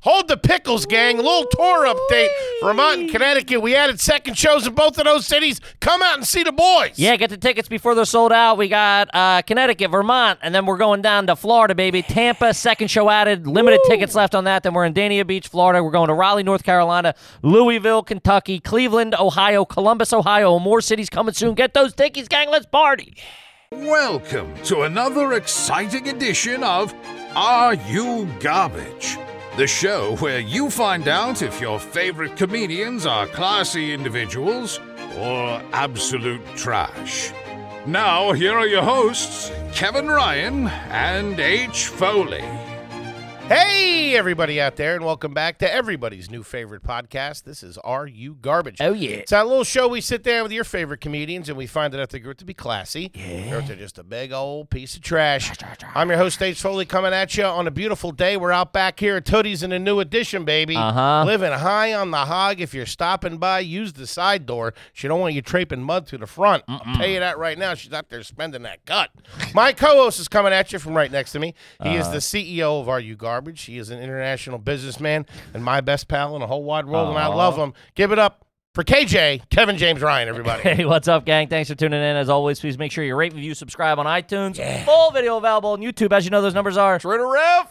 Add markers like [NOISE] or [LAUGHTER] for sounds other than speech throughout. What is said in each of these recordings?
Hold the pickles, gang. Little tour update. Vermont and Connecticut. We added second shows in both of those cities. Come out and see the boys. Yeah, get the tickets before they're sold out. We got uh, Connecticut, Vermont, and then we're going down to Florida, baby. Tampa, second show added. Limited tickets left on that. Then we're in Dania Beach, Florida. We're going to Raleigh, North Carolina, Louisville, Kentucky, Cleveland, Ohio, Columbus, Ohio. More cities coming soon. Get those tickets, gang. Let's party. Welcome to another exciting edition of Are You Garbage? The show where you find out if your favorite comedians are classy individuals or absolute trash. Now, here are your hosts, Kevin Ryan and H. Foley. Hey, everybody out there, and welcome back to everybody's new favorite podcast. This is Are You Garbage? Oh, yeah. It's that little show we sit down with your favorite comedians and we find out if they grew up to be classy or if they're just a big old piece of trash. I'm your host, Dave Foley, coming at you on a beautiful day. We're out back here at Tootie's in a new edition, baby. Uh-huh. Living high on the hog. If you're stopping by, use the side door. She don't want you traiping mud through the front. I'll pay you that right now. She's out there spending that gut. My co-host is coming at you from right next to me. He is the CEO of Are You Garbage. He is an international businessman and my best pal in the whole wide world, and I love him. Give it up for KJ, Kevin James Ryan, everybody. [LAUGHS] Hey, what's up, gang? Thanks for tuning in. As always, please make sure you rate, review, subscribe on iTunes. Full video available on YouTube. As you know, those numbers are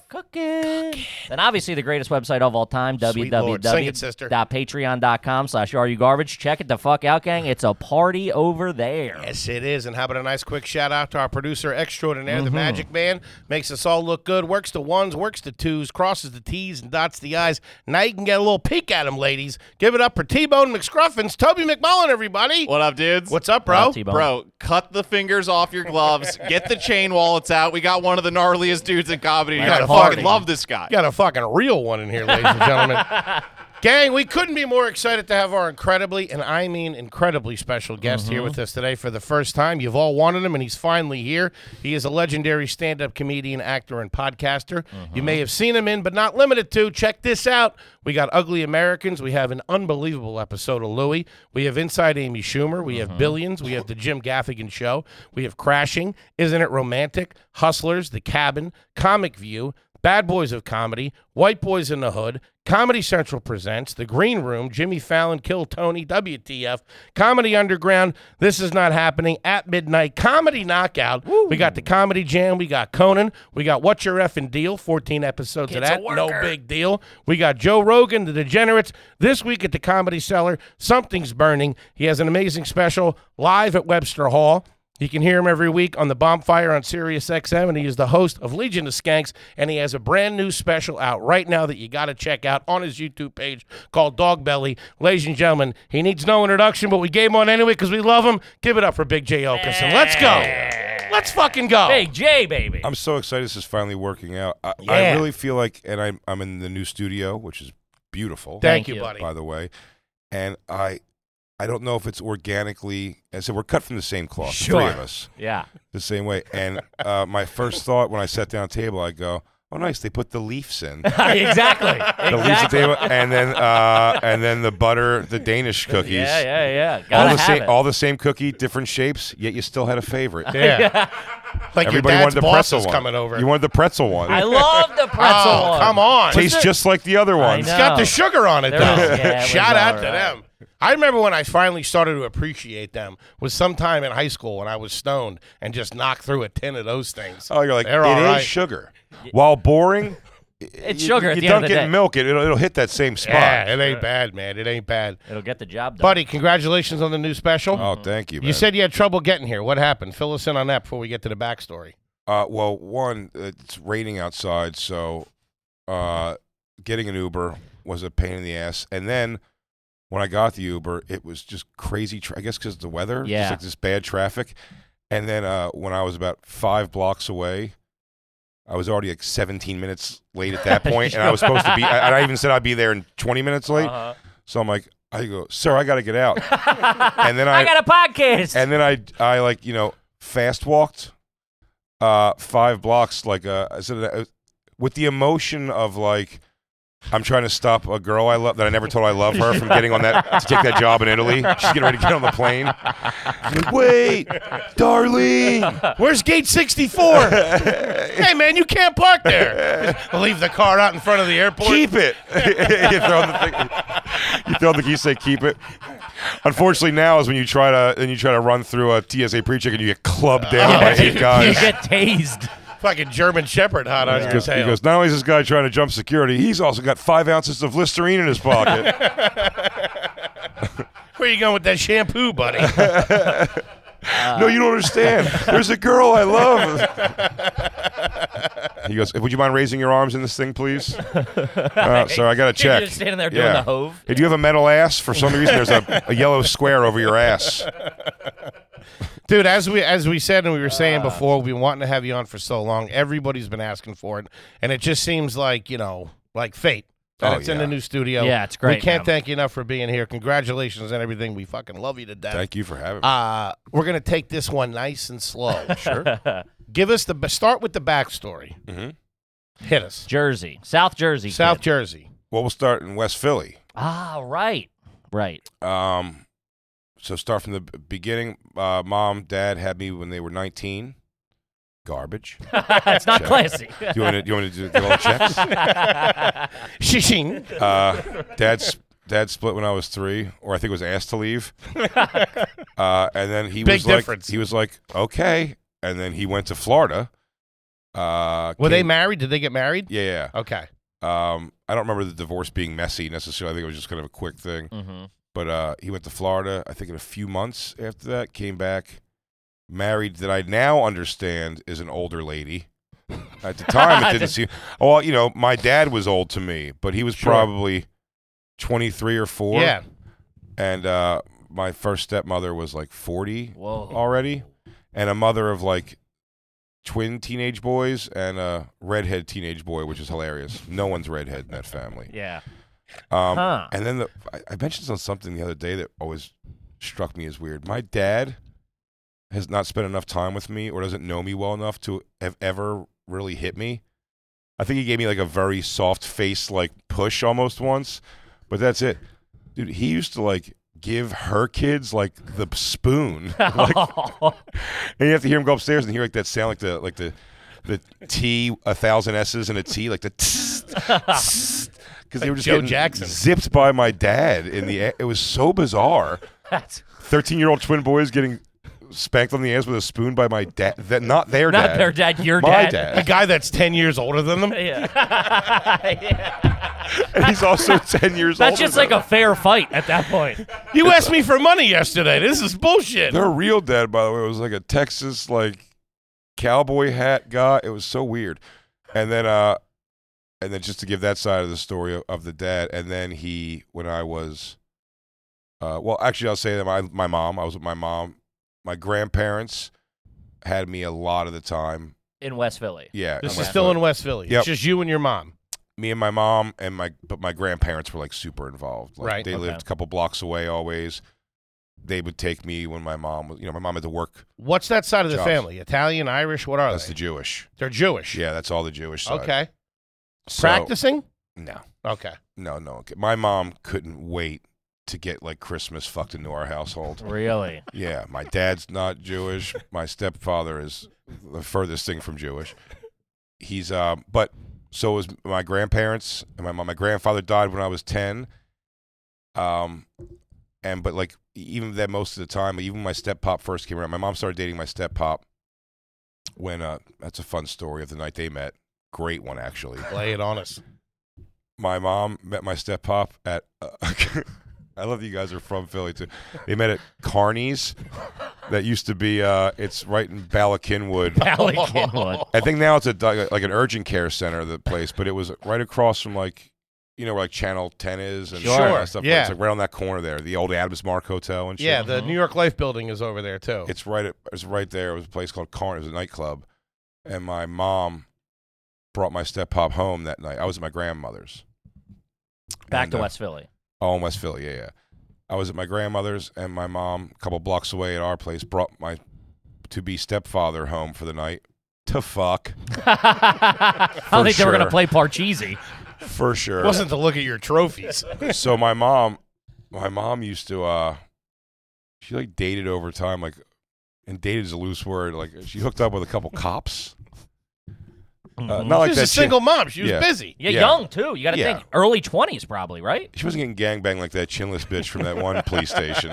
cooking. And obviously, the greatest website of all time, Sweet Lord. Sing it, sister. www.patreon.com slash are you garbage. Check it the fuck out, gang. It's a party over there. Yes, it is. And how about a nice quick shout out to our producer extraordinaire, Mm-hmm. the Magic Man? Makes us all look good. Works the ones, works the twos, crosses the T's, and dots the I's. Now you can get a little peek at him, ladies. Give it up for T Bone McScruffins, Toby McMullen, everybody. What up, dudes? What's up, bro? T-Bone? Bro, cut the fingers off [LAUGHS] your gloves. get the chain wallets out. We got one of the gnarliest dudes in comedy. I got a fucking party. love this guy. Got a fucking real one in here, ladies and gentlemen. Gang, we couldn't be more excited to have our incredibly, and I mean incredibly special guest here with us today for the first time. You've all wanted him, and he's finally here. He is a legendary stand up comedian, actor, and podcaster. You may have seen him in, but not limited to. Check this out. We got Ugly Americans. We have an unbelievable episode of Louie. We have Inside Amy Schumer. We have Billions. We have The Jim Gaffigan Show. We have Crashing. Isn't It Romantic? Hustlers, The Cabin, Comic View. Bad Boys of Comedy, White Boys in the Hood, Comedy Central Presents, The Green Room, Jimmy Fallon, Kill Tony, WTF, Comedy Underground, This Is Not Happening, At Midnight, Comedy Knockout. We got the Comedy Jam, we got Conan, we got What's Your Effing Deal, 14 episodes of that, no big deal. We got Joe Rogan, The Degenerates, this week at the Comedy Cellar, Something's Burning. He has an amazing special live at Webster Hall. You can hear him every week on the Bonfire on Sirius XM, and he is the host of Legion of Skanks, and he has a brand new special out right now that you got to check out on his YouTube page called Dog Belly. Ladies and gentlemen, he needs no introduction, but we gave him one anyway because we love him. Give it up for Big J. Okerson. Let's go. Let's fucking go. Hey, J, baby. I'm so excited this is finally working out. I, Yeah. I really feel like, and I'm I'm in the new studio, which is beautiful, Thank, Thank you, you. buddy. by the way. And I I don't know if it's organically. I said we're cut from the same cloth, the three of Sure. us, Yeah. [LAUGHS] the same way. And uh, my first thought when I sat down at the table, I go, "Oh, nice, they put the leaves in." The exactly. leaves at the exactly. table, and then uh, and then the butter, the Danish cookies. Yeah, yeah, yeah. Gotta All the have same, it. all the same cookie, different shapes. Yet you still had a favorite. Yeah. [LAUGHS] like Everybody your dad's wanted the boss pretzel is one. coming over. You wanted the pretzel one. I love the pretzel. oh, one. come on. Tastes just like the other ones. know. It's got No. the sugar on it, Oh. There though. is- yeah, it was Shout out to alright. them. I remember when I finally started to appreciate them was sometime in high school when I was stoned and just knocked through a tin of those things. Oh, you're like, it They're is all right. sugar. While boring, It's sugar You, at the end dunk of the it day. in milk, it, it'll, it'll hit that same spot. yeah, it ain't bad, man. It ain't bad. It'll get the job done. Buddy, congratulations on the new special. Oh, thank you, man. you said you had trouble getting here. What happened? Fill us in on that before we get to the backstory. uh, well, one, it's raining outside, so uh, getting an Uber was a pain in the ass. And then when I got the Uber, it was just crazy. Tra- I guess because the weather, Yeah. just like this bad traffic. And then uh, when I was about five blocks away, I was already like 17 minutes late [LAUGHS] at that point, and I was supposed to be. I, and I even said I'd be there in 20 minutes late. Uh-huh. So I'm like, I go, sir, I got to get out. [LAUGHS] and then I, I got a podcast. and then I, I like, you know, fast walked uh, five blocks, like, uh, I said, uh, with the emotion of like, I'm trying to stop a girl I love that I never told I love her from getting on that to take that job in Italy. She's getting ready to get on the plane. Wait, darling. Uh. Where's gate 64? [LAUGHS] hey, man, you can't park there. Leave the car out in front of the airport. keep it. [LAUGHS] you, throw the thing, you throw the key, say keep it. Unfortunately, now is when you try to and you try to run through a TSA pre-check and you get clubbed down by [LAUGHS] eight You guys. get tased. Fucking German Shepherd hot on your Because- tail. because not only is this guy trying to jump security, he's also got five ounces of Listerine in his pocket. [LAUGHS] Where you going with that shampoo, buddy? no, you don't understand. There's a girl I [LAUGHS] love. He goes, "Would you mind raising your arms in this thing, [LAUGHS] please?" Uh, sorry, I got to You're [LAUGHS] check. just standing there doing Yeah. the hove. [LAUGHS] Hey, do you have a metal ass? For some reason, there's [LAUGHS] a, a yellow square over your ass. Dude, as we as we said and we were Ah. saying before, we've been wanting to have you on for so long. Everybody's been asking for it, and it just seems like you know, like fate. That Oh, it's in the yeah. new studio. Yeah, it's great, We can't man. thank you enough for being here. Congratulations on everything. We fucking love you to death. Thank you for having me. Uh, we're gonna take this one nice and [LAUGHS] slow. sure. Give us the start with the backstory. Mhm. Hit us. Jersey, South Jersey, kid. South Jersey. Well, we'll start in West Philly. Ah, right, right. [LAUGHS] Um, so start from the b- beginning. Uh, mom, dad had me when they were 19. [LAUGHS] Garbage. Do it's not classy. [LAUGHS] you want to, do you want to do, do all the checks? Shishing. Uh, dad's dad split when I was three, or I think was asked [LAUGHS] to leave. Uh, and then he Big was like, difference. he was like, okay. And then he went to Florida. Uh, Were they came- married? Did they get married? Yeah. Okay. Um, I don't remember the divorce being messy necessarily. I think it was just kind of a quick thing. Mm-hmm. hmm But uh, he went to Florida, I think, in a few months after that, came back, married that I now understand is an older lady. At the time, [LAUGHS] it didn't seem. Well, you know, my dad was old to me, but he was Sure. probably 23 or 4. yeah. And uh, my first stepmother was like 40 Whoa. already, and a mother of like twin teenage boys and a redhead teenage boy, which is hilarious. No one's redhead in that family. Yeah. Um, Huh. And then the, I, I mentioned on something the other day that always struck me as weird. My dad has not spent enough time with me or doesn't know me well enough to have ever really hit me. I think he gave me like a very soft face, like push almost once, but that's it. Dude, he used to like give her kids like the [LAUGHS] spoon. [LAUGHS] like, and you have to hear him go upstairs and hear like that sound, like the like the the T a thousand S's and a T, like the [LAUGHS] because they were just Joe getting Jackson. zipped by my dad in the. a- It was so bizarre. [LAUGHS] That's Thirteen year old twin boys getting spanked on the ass with a spoon by my dad. That not their not dad. their dad. Your My A dad. guy that's ten years older than them. [LAUGHS] Yeah. [LAUGHS] And [LAUGHS] he's also ten years old. That's just like a fair fight at that point. You asked me for money yesterday. This is bullshit. Their real dad, by the way, was like a Texas like cowboy hat guy. It was so weird. And then uh and then just to give that side of the story of, of the dad, and then he when I was uh well actually I'll say that my my mom, I was with my mom, my grandparents had me a lot of the time. In West Philly. Yeah. This my- is still in West Philly. Yep. It's just you and your mom. me and my mom and my but my grandparents were like super involved. Like, Right, They okay. lived a couple blocks away always. They would take me when my mom was you know, my mom had to work What's that side of the Jobs. family? Italian, Irish? What are that's they? the Jewish. They're Jewish. Yeah, that's all the Jewish side. Okay. So- Practicing? No, Okay. no, no. okay. My mom couldn't wait to get like Christmas fucked into our household. [LAUGHS] Really? Yeah, my dad's not Jewish. My stepfather is the furthest thing from Jewish. He's um, but so was my grandparents and my mom. My grandfather died when I was ten. Um, and but like e, even that most of the time, even when my step pop first came around, my mom started dating my step pop. When uh, that's a fun story of the night they met. Great one actually Lay it on us. my mom met my step pop at. Uh, [LAUGHS] I love that you guys are from Philly too. They met at Carney's. That used to be. Uh, it's right in Bala Kinwood. Alec Kinwood. I think now it's a di- like an urgent care center. The place, but it was right across from like. You know where like Channel Ten is and all that Sure, stuff. yeah. it's like right on that corner there, the old Adams Mark Hotel and shit. Yeah, the New York Life building is over there too. Mm-hmm. It's right. At, it's right there. It was a place called Carn. It was a nightclub, and my mom brought my step pop home that night. I was at my grandmother's. Back And, to uh, West Philly. Oh, in West Philly, yeah, yeah. I was at my grandmother's, and my mom, a couple blocks away at our place, brought my to-be stepfather home for the night to fuck. I don't think they were sure. gonna play Parcheesi. for [LAUGHS] sure. It wasn't to look at your trophies. so my mom my mom used to uh she like dated over time like and dated is a loose word like she hooked up with a couple cops uh, She not [LAUGHS] like was that a single mom. She was Yeah. busy. Yeah, Yeah. young too. You got to Yeah. think early twenties, probably, right? she, she wasn't getting gangbanged like that chinless bitch from that one police [LAUGHS] station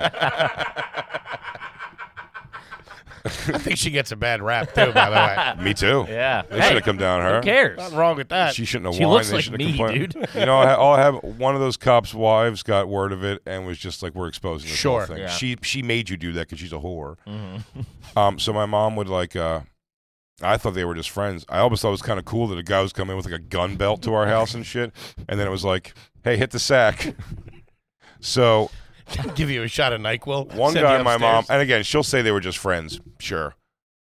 I think she gets a bad rap too. By the way, [LAUGHS] me too Yeah. they Hey, should have come down on her Who cares? nothing wrong with that. she shouldn't have She whined. looks They like shouldn't me, have complained. dude. [LAUGHS] You know, I, all I have one of those cops' wives got word of it and was just like, "We're exposing this Sure. whole thing." Yeah. Mm-hmm. She she made you do that because she's a whore. [LAUGHS] Um, so my mom would like. Uh, I thought they were just friends. I always thought it was kind of cool that a guy was coming with like a gun belt to our house and shit, and then it was like, "Hey, hit the sack." [LAUGHS] so give you a shot of Nyquil. one send guy, you my mom, upstairs. and again, she'll say they were just friends. Sure,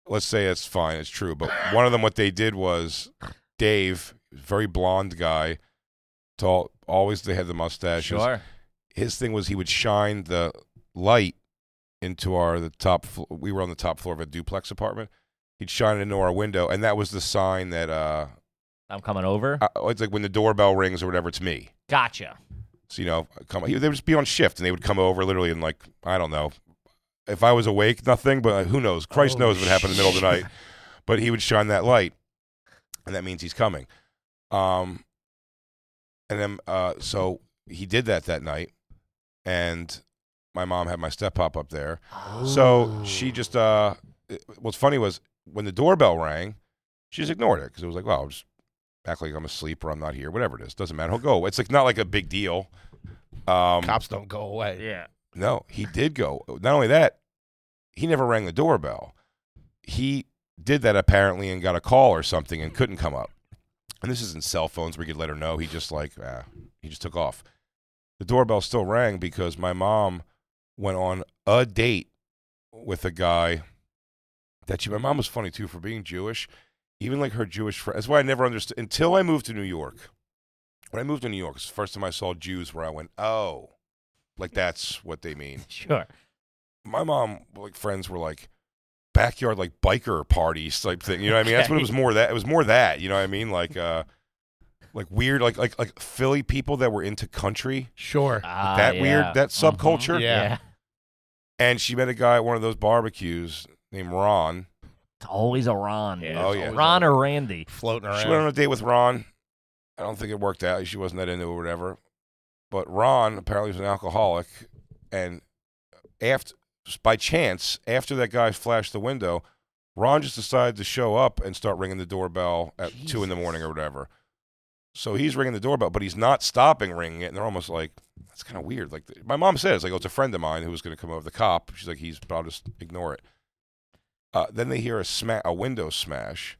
let's say it's fine, it's true. But one of them, what they did was, Dave, very blonde guy, tall, always they had the mustaches. Sure. His thing was he would shine the light into our the top. fl- We were on the top floor of a duplex apartment. He'd shine it into our window, and that was the sign that uh, I'm coming over. I- it's like when the doorbell rings or whatever, it's me. Gotcha. So you know, come they would just be on shift, and they would come over literally and like I don't know, if I was awake, nothing, but who knows? Christ Oh, knows what happened in the middle of the night. But he would shine that light, and that means he's coming. Um, and then uh, so he did that that night, and my mom had my step pop up there, so she just uh, it- what's funny was when the doorbell rang, she just ignored it because it was like, well, I'll just act like I'm asleep or I'm not here, whatever it is, doesn't matter. He'll go. It's like not like a big deal. Um, cops don't go away. Yeah. no, he did go. Not only that, he never rang the doorbell. He did that apparently and got a call or something and couldn't come up. And this isn't cell phones where you could let her know. He just like ah, he just took off. The doorbell still rang because my mom went on a date with a guy that she. My mom was funny too for being Jewish. Even like her Jewish friends. That's why I never understood until I moved to New York. When I moved to New York, it's the first time I saw Jews where I went, oh, like that's what they mean Sure. my mom like friends were like backyard like biker parties type thing. You know what I mean? That's what it was more that it was more that, you know what I mean? Like uh like weird like like like Philly people that were into country. Sure. Ah, that yeah. weird that Mhm. subculture. Yeah. And she met a guy at one of those barbecues named Ron. It's always a Ron. dude. Oh, yeah. Ron or Randy. floating She went around. on a date with Ron. I don't think it worked out. She wasn't that into it or whatever. But Ron apparently was an alcoholic. And after, by chance, after that guy flashed the window, Ron just decided to show up and start ringing the doorbell at two in the morning or whatever. So he's ringing the doorbell, but he's not stopping ringing it. And they're almost like, that's kind of weird. Like my mom says, like, oh, it's a friend of mine who was going to come over. The cop. She's like, he's, but I'll just ignore it. Uh, then they hear a sma- a window smash,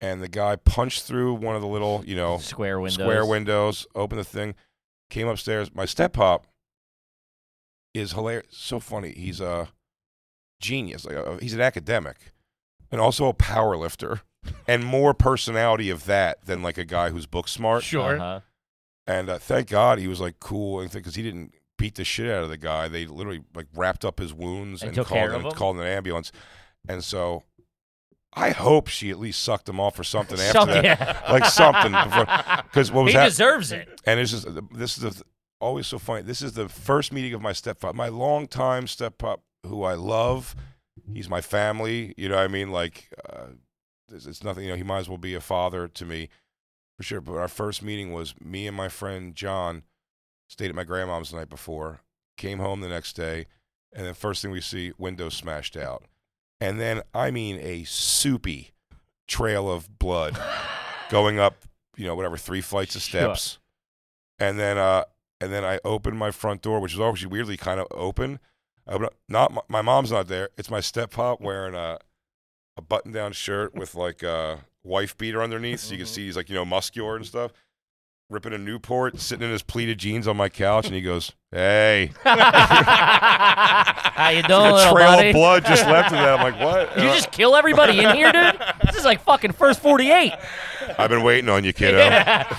and the guy punched through one of the little, you [LAUGHS] know, Square windows. Oh. square windows, opened the thing, came upstairs. My step pop is hilarious, so funny. He's a genius. Like uh, he's an academic, and also a power lifter, and more personality of that than like a guy who's book smart. Sure. Uh-huh. And uh, thank God he was like cool because he didn't beat the shit out of the guy. They literally like wrapped up his wounds And and, took care called of an, him? called an ambulance. And so I hope she at least sucked him off [LAUGHS] or something after Some- that. yeah. [LAUGHS] Like something, because what He was hap- deserves it. [LAUGHS] and this is this is the, always so funny. This is the first meeting of my stepfather, my longtime stepfather, who I love. He's my family. You know what I mean? Like, uh, it's, it's nothing. You know, he might as well be a father to me, for sure. But our first meeting was me and my friend John stayed at my grandma's the night before, came home the next day, and the first thing we see, window smashed out, and then I mean a soupy trail of blood going up. You know, whatever, three flights of Sure. steps and then uh and then I opened my front door, which is actually weirdly kind of open. I opened up- not my, my mom's not there. It's my step pop wearing a a button down shirt with like a wife beater underneath, so you can see he's like you know muscular and stuff. Ripping a Newport, sitting in his pleated jeans on my couch, and he goes, "Hey, How you doing, a little trail buddy? of blood [LAUGHS] just left of that." I'm like, "What?" Uh, You just kill everybody in here, dude. This is like fucking first forty-eight. I've been waiting on you, [LAUGHS] kiddo.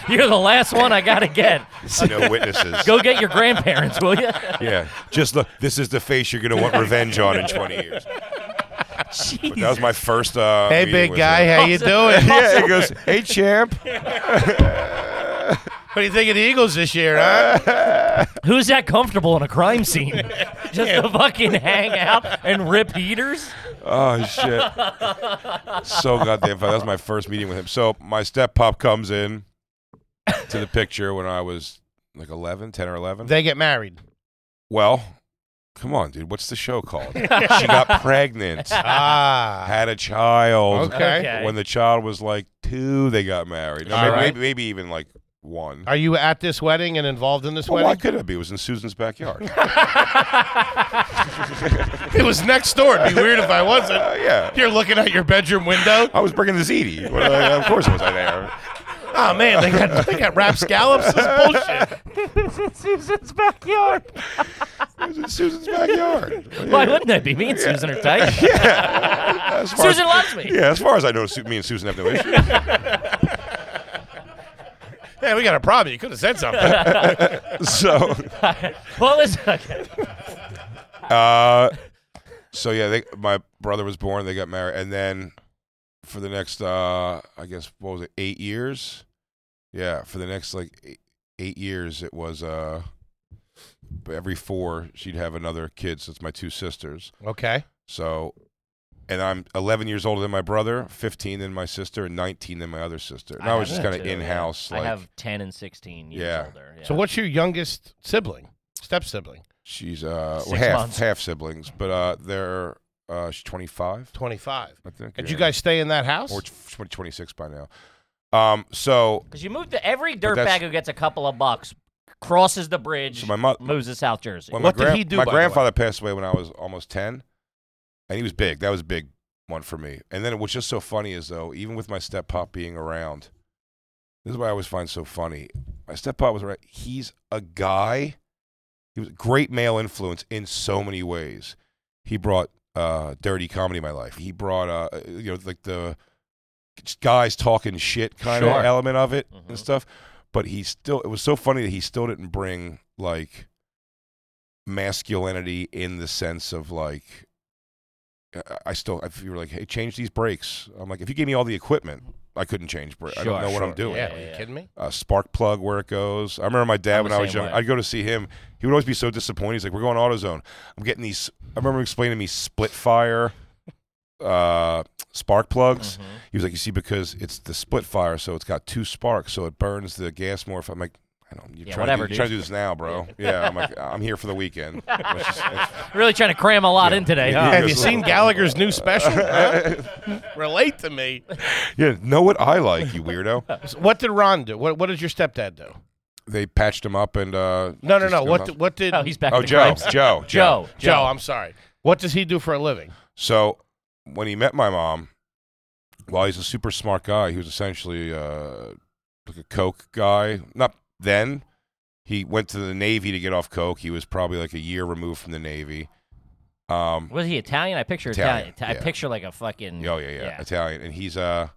You're the last one I gotta get. No witnesses. Go get your grandparents, will you? [LAUGHS] Yeah, just look. This is the face you're gonna want revenge on in 20 years. But that was my first. Uh, Hey, meeting big [LAUGHS] with [LAUGHS] guy, him. how you doing? yeah, he goes, "Hey, champ." What do you think of the Eagles this year, [LAUGHS] huh? Who's that comfortable in a crime scene? Just to fucking hang out and rip heaters? Oh shit! so goddamn funny. That was my first meeting with him. So my step pop comes in to the picture when I was like 11, 10 or eleven. They get [LAUGHS] married. well, come on, dude. What's the [LAUGHS] show called? she got pregnant, Ah. had a child. Okay. Okay. When the child was like two, they got married. No, All maybe, right. maybe, maybe even like one. Oh, Are you at this wedding and involved in this Well, why wedding? could I be? It was in [LAUGHS] Susan's backyard. It was next door. It'd be weird if I wasn't. Uh, yeah. You're looking out your bedroom window. I was bringing the ziti. Well, uh, of course, was [LAUGHS] I there? Oh man, they [LAUGHS] got they got rap scallops. This is bullshit. Susan's backyard. It was in Susan's backyard. Why wouldn't it be? Me and Susan are tight. [LAUGHS] As far as- Susan loves me. Yeah, as far as I know, Su- me and Susan have no issues. Man, we got a problem. You could have said [LAUGHS] something. [LAUGHS] so What was okay. uh so yeah they, my brother was born they got married and then for the next uh i guess what was it eight years yeah for the next like eight, eight years it was uh every four she'd have another kid so it's my two sisters Okay. so and i'm 11 years older than my brother 15 than my sister and 19 than my other sister and i, have was just that kind of too, yeah. in-house I like have 10 and 16 years Yeah. older. So yeah. what's your youngest sibling? Step sibling. she's uh Six well, half months. half siblings but uh they're uh she's 25 Twenty five. i think Did yeah. you guys stay in that house? or t- 20, 26 by now. Um, so, Because you move to every that's- dirtbag who gets a couple of bucks, crosses the bridge, so my mother, moves to South Jersey. when What my did gran- he do, My by the way? grandfather passed away when I was almost ten, and he was big. That was a big one for me. And then what's just so funny is though, even with my step pop being around, this is what I always find so funny. My step pop was right. He's a guy. He was a great male influence in so many ways. He brought uh, dirty comedy to my life. He brought uh, you know like the guys talking shit kind Sure. of element of it Mhm. and stuff. But he still it was so funny that he still didn't bring like masculinity in the sense of like I- I still if you were like hey change these brakes I'm like if you gave me all the equipment I couldn't change brakes I Sure, don't know what I'm sure. doing yeah, Yeah, Are you yeah. kidding me? a spark plug where it goes I remember my dad I'm when the I was same young way. I'd go to see him he would always be so disappointed he's like we're going AutoZone I'm getting these I remember him explaining to me split fire uh spark plugs Mm-hmm. he was like, "You see, because it's the split fire, so it's got two sparks, so it burns the gas more." If I'm like, "I don't, you're Yeah, trying, whatever, to do, you're trying to do this now, bro." yeah, I'm like, "I'm here for the [LAUGHS] weekend." Let's just- let's- Really trying to cram a lot in today, huh? Yeah. Have you seen Gallagher's new special? huh? Relate to me. yeah, know what I like, you [LAUGHS] weirdo. So what did Ron do? What What did your stepdad do? They patched him up and uh, No, no, just no. got him What out. did, What did? [LAUGHS] Oh, he's back. [LAUGHS] oh, to Joe, crime. Joe, Joe, Joe. Joe. I'm sorry. What does he do for a living? So when he met my mom, while he's a super smart guy, he was essentially uh, like a coke guy. Not then. He went to the Navy to get off coke. He was probably like a year removed from the Navy. Um, Was he Italian? I picture Italian. Italian, I yeah. picture like a fucking. Oh yeah, yeah, Italian, and he's uh,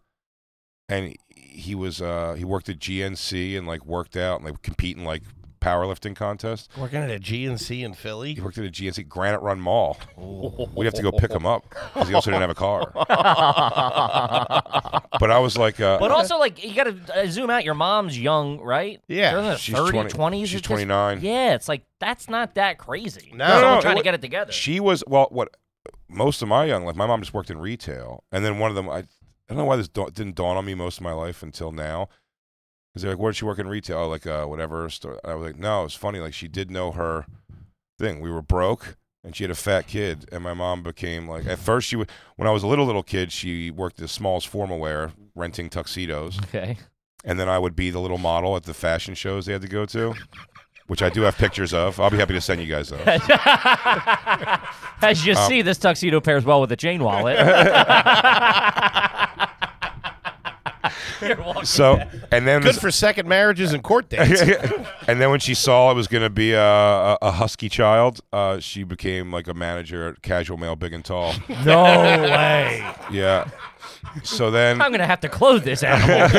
and he was uh, he worked at GNC and like worked out and like compete in like powerlifting contests. Working at a GNC in He Philly. worked at a GNC Granite Run Mall. We'd have to go pick him up because he also didn't have a car. But I was like, uh, But also, like, you got to uh, zoom out. Your mom's young, right? Yeah, They're in their she's 30, 20 20s she's at this- 29. Yeah, it's like, that's not that crazy. No. Someone No, no, trying it to wa- get it together. she was well, what most of my young life, my mom just worked in retail, and then one of them, I, I don't know why this da- didn't dawn on me most of my life until now. Because they're like, where did she work in retail? Like, uh, whatever store. I was like, no, it's funny. Like, she did know her thing. We were broke, and she had a fat kid. And my mom became like, at first, she would, when I was a little, little kid, she worked at Smalls Formal Wear, renting tuxedos. okay. And then I would be the little model at the fashion shows they had to go to, which I do have pictures of. I'll be happy to send you guys those. As you Oh. see, this tuxedo pairs well with a chain [LAUGHS] wallet. You're walking So, and then Good for second marriages and court dates. and then when she saw it was going to be a, a, a husky child, uh, she became like a manager at Casual Male Big [LAUGHS] and Tall. No way. yeah. So then, I'm going to have to clothe this animal. [LAUGHS]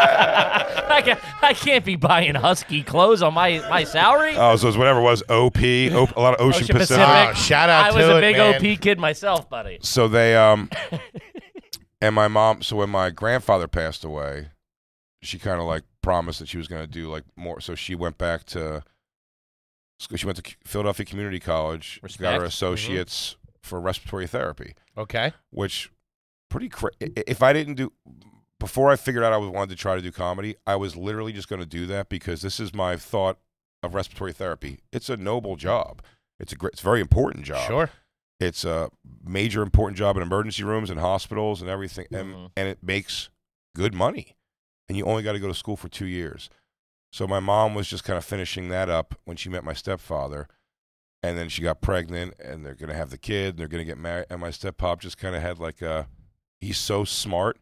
I, can't, I can't be buying husky clothes on my, my salary. oh, so it was whatever it was OP, op- a lot of Ocean, Ocean Pacific. Pacific. Oh, shout out I was to a it, big man. OP kid myself, buddy. So they um, [LAUGHS] and my mom. So when my grandfather passed away, she kind of like promised that she was going to do like more. So she went back to school. She went to C- Philadelphia Community College, got Respect. her Mhm. associates for respiratory therapy, Okay. which pretty cra- i- i- if I didn't do before I figured out I was- wanted to try to do comedy, I was literally just going to do that because this is my thought of respiratory therapy. It's a noble job. It's a great, it's a very important job. Sure. It's a major important job in emergency rooms and hospitals and everything, and, Mhm. and it makes good money. And you only got to go to school for two years. So my mom was just kind of finishing that up when she met my stepfather, and then she got pregnant, and they're gonna have the kid, and they're gonna get married. And my step pop just kind of had like a, he's so smart.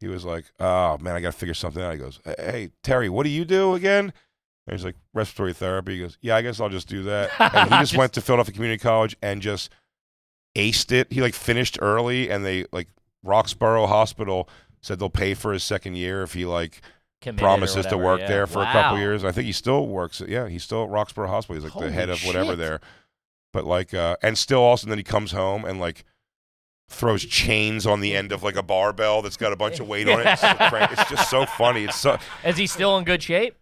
He was like, oh man, I got to figure something out. He goes, hey Terry, what do you do again? And he's like, respiratory therapy. He goes, yeah, I guess I'll just do that. And he just, went to Philadelphia Community College and just aced it. He like finished early, and they like Roxborough Hospital said they'll pay for his second year if he like Committed or promises to whatever, work yeah. there for a couple Wow. years. I think he still works. At, yeah, he's still at Roxborough Hospital. He's like Holy the head of whatever shit. there. But like, uh, and still also then he comes home and like throws chains on the end of like a barbell that's got a bunch of weight on it. [LAUGHS] It's, so cra- it's just so funny. It's so. Is he still in good shape?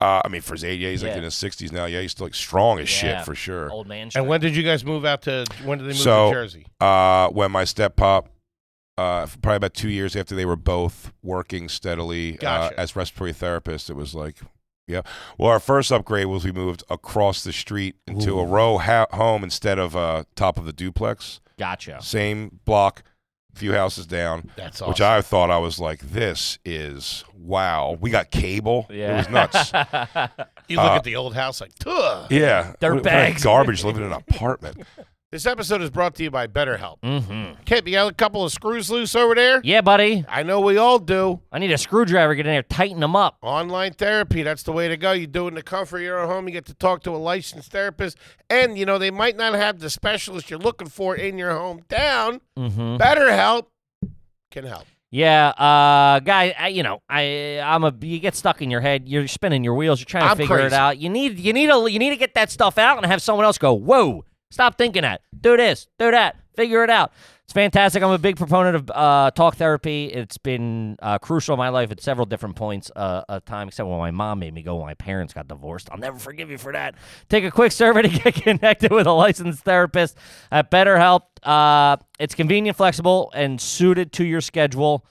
Uh, I mean, for his age, yeah, he's like Yeah. in his sixties now. Yeah, he's still like strong as Yeah. shit for sure. Old man. And strength. when did you guys move out to? When did they move So- to Jersey? uh, when my step pop, uh, f- probably about two years after they were both working steadily uh, Gotcha. as respiratory therapists, it was like, yeah. Well, our first upgrade was we moved across the street into a row ha- home instead of uh, top of the duplex. gotcha. Same block, few houses down. That's Which I thought I was like, this is wow. We got cable. It [LAUGHS] was nuts. you look uh, at the old house like, Tuh. yeah, They're What- what kind of bags. Garbage living in an [LAUGHS] apartment. This episode is brought to you by BetterHelp. mm-hmm. Kip, you got a couple of screws loose over there? Yeah, buddy. I know we all do. I need a screwdriver. Get in there, tighten them up. Online therapy, that's the way to go. You do it in the comfort of your own home. You get to talk to a licensed therapist. And, you know, they might not have the specialist you're looking for in your hometown. Mm-hmm. BetterHelp can help. Yeah, uh, guy. I, you know, I, I'm a. You get stuck in your head. You're spinning your wheels. You're trying to I'm figure it crazy. out. You need, you need to, you need to get that stuff out and have someone else go. Whoa, stop thinking that. Do this. Do that. Figure it out. It's fantastic. I'm a big proponent of uh, talk therapy. It's been uh, crucial in my life at several different points uh, of time, except when my mom made me go when my parents got divorced. I'll never forgive you for that. Take a quick survey to [LAUGHS] get connected with a licensed therapist at BetterHelp. Uh, it's convenient, flexible, and suited to your schedule.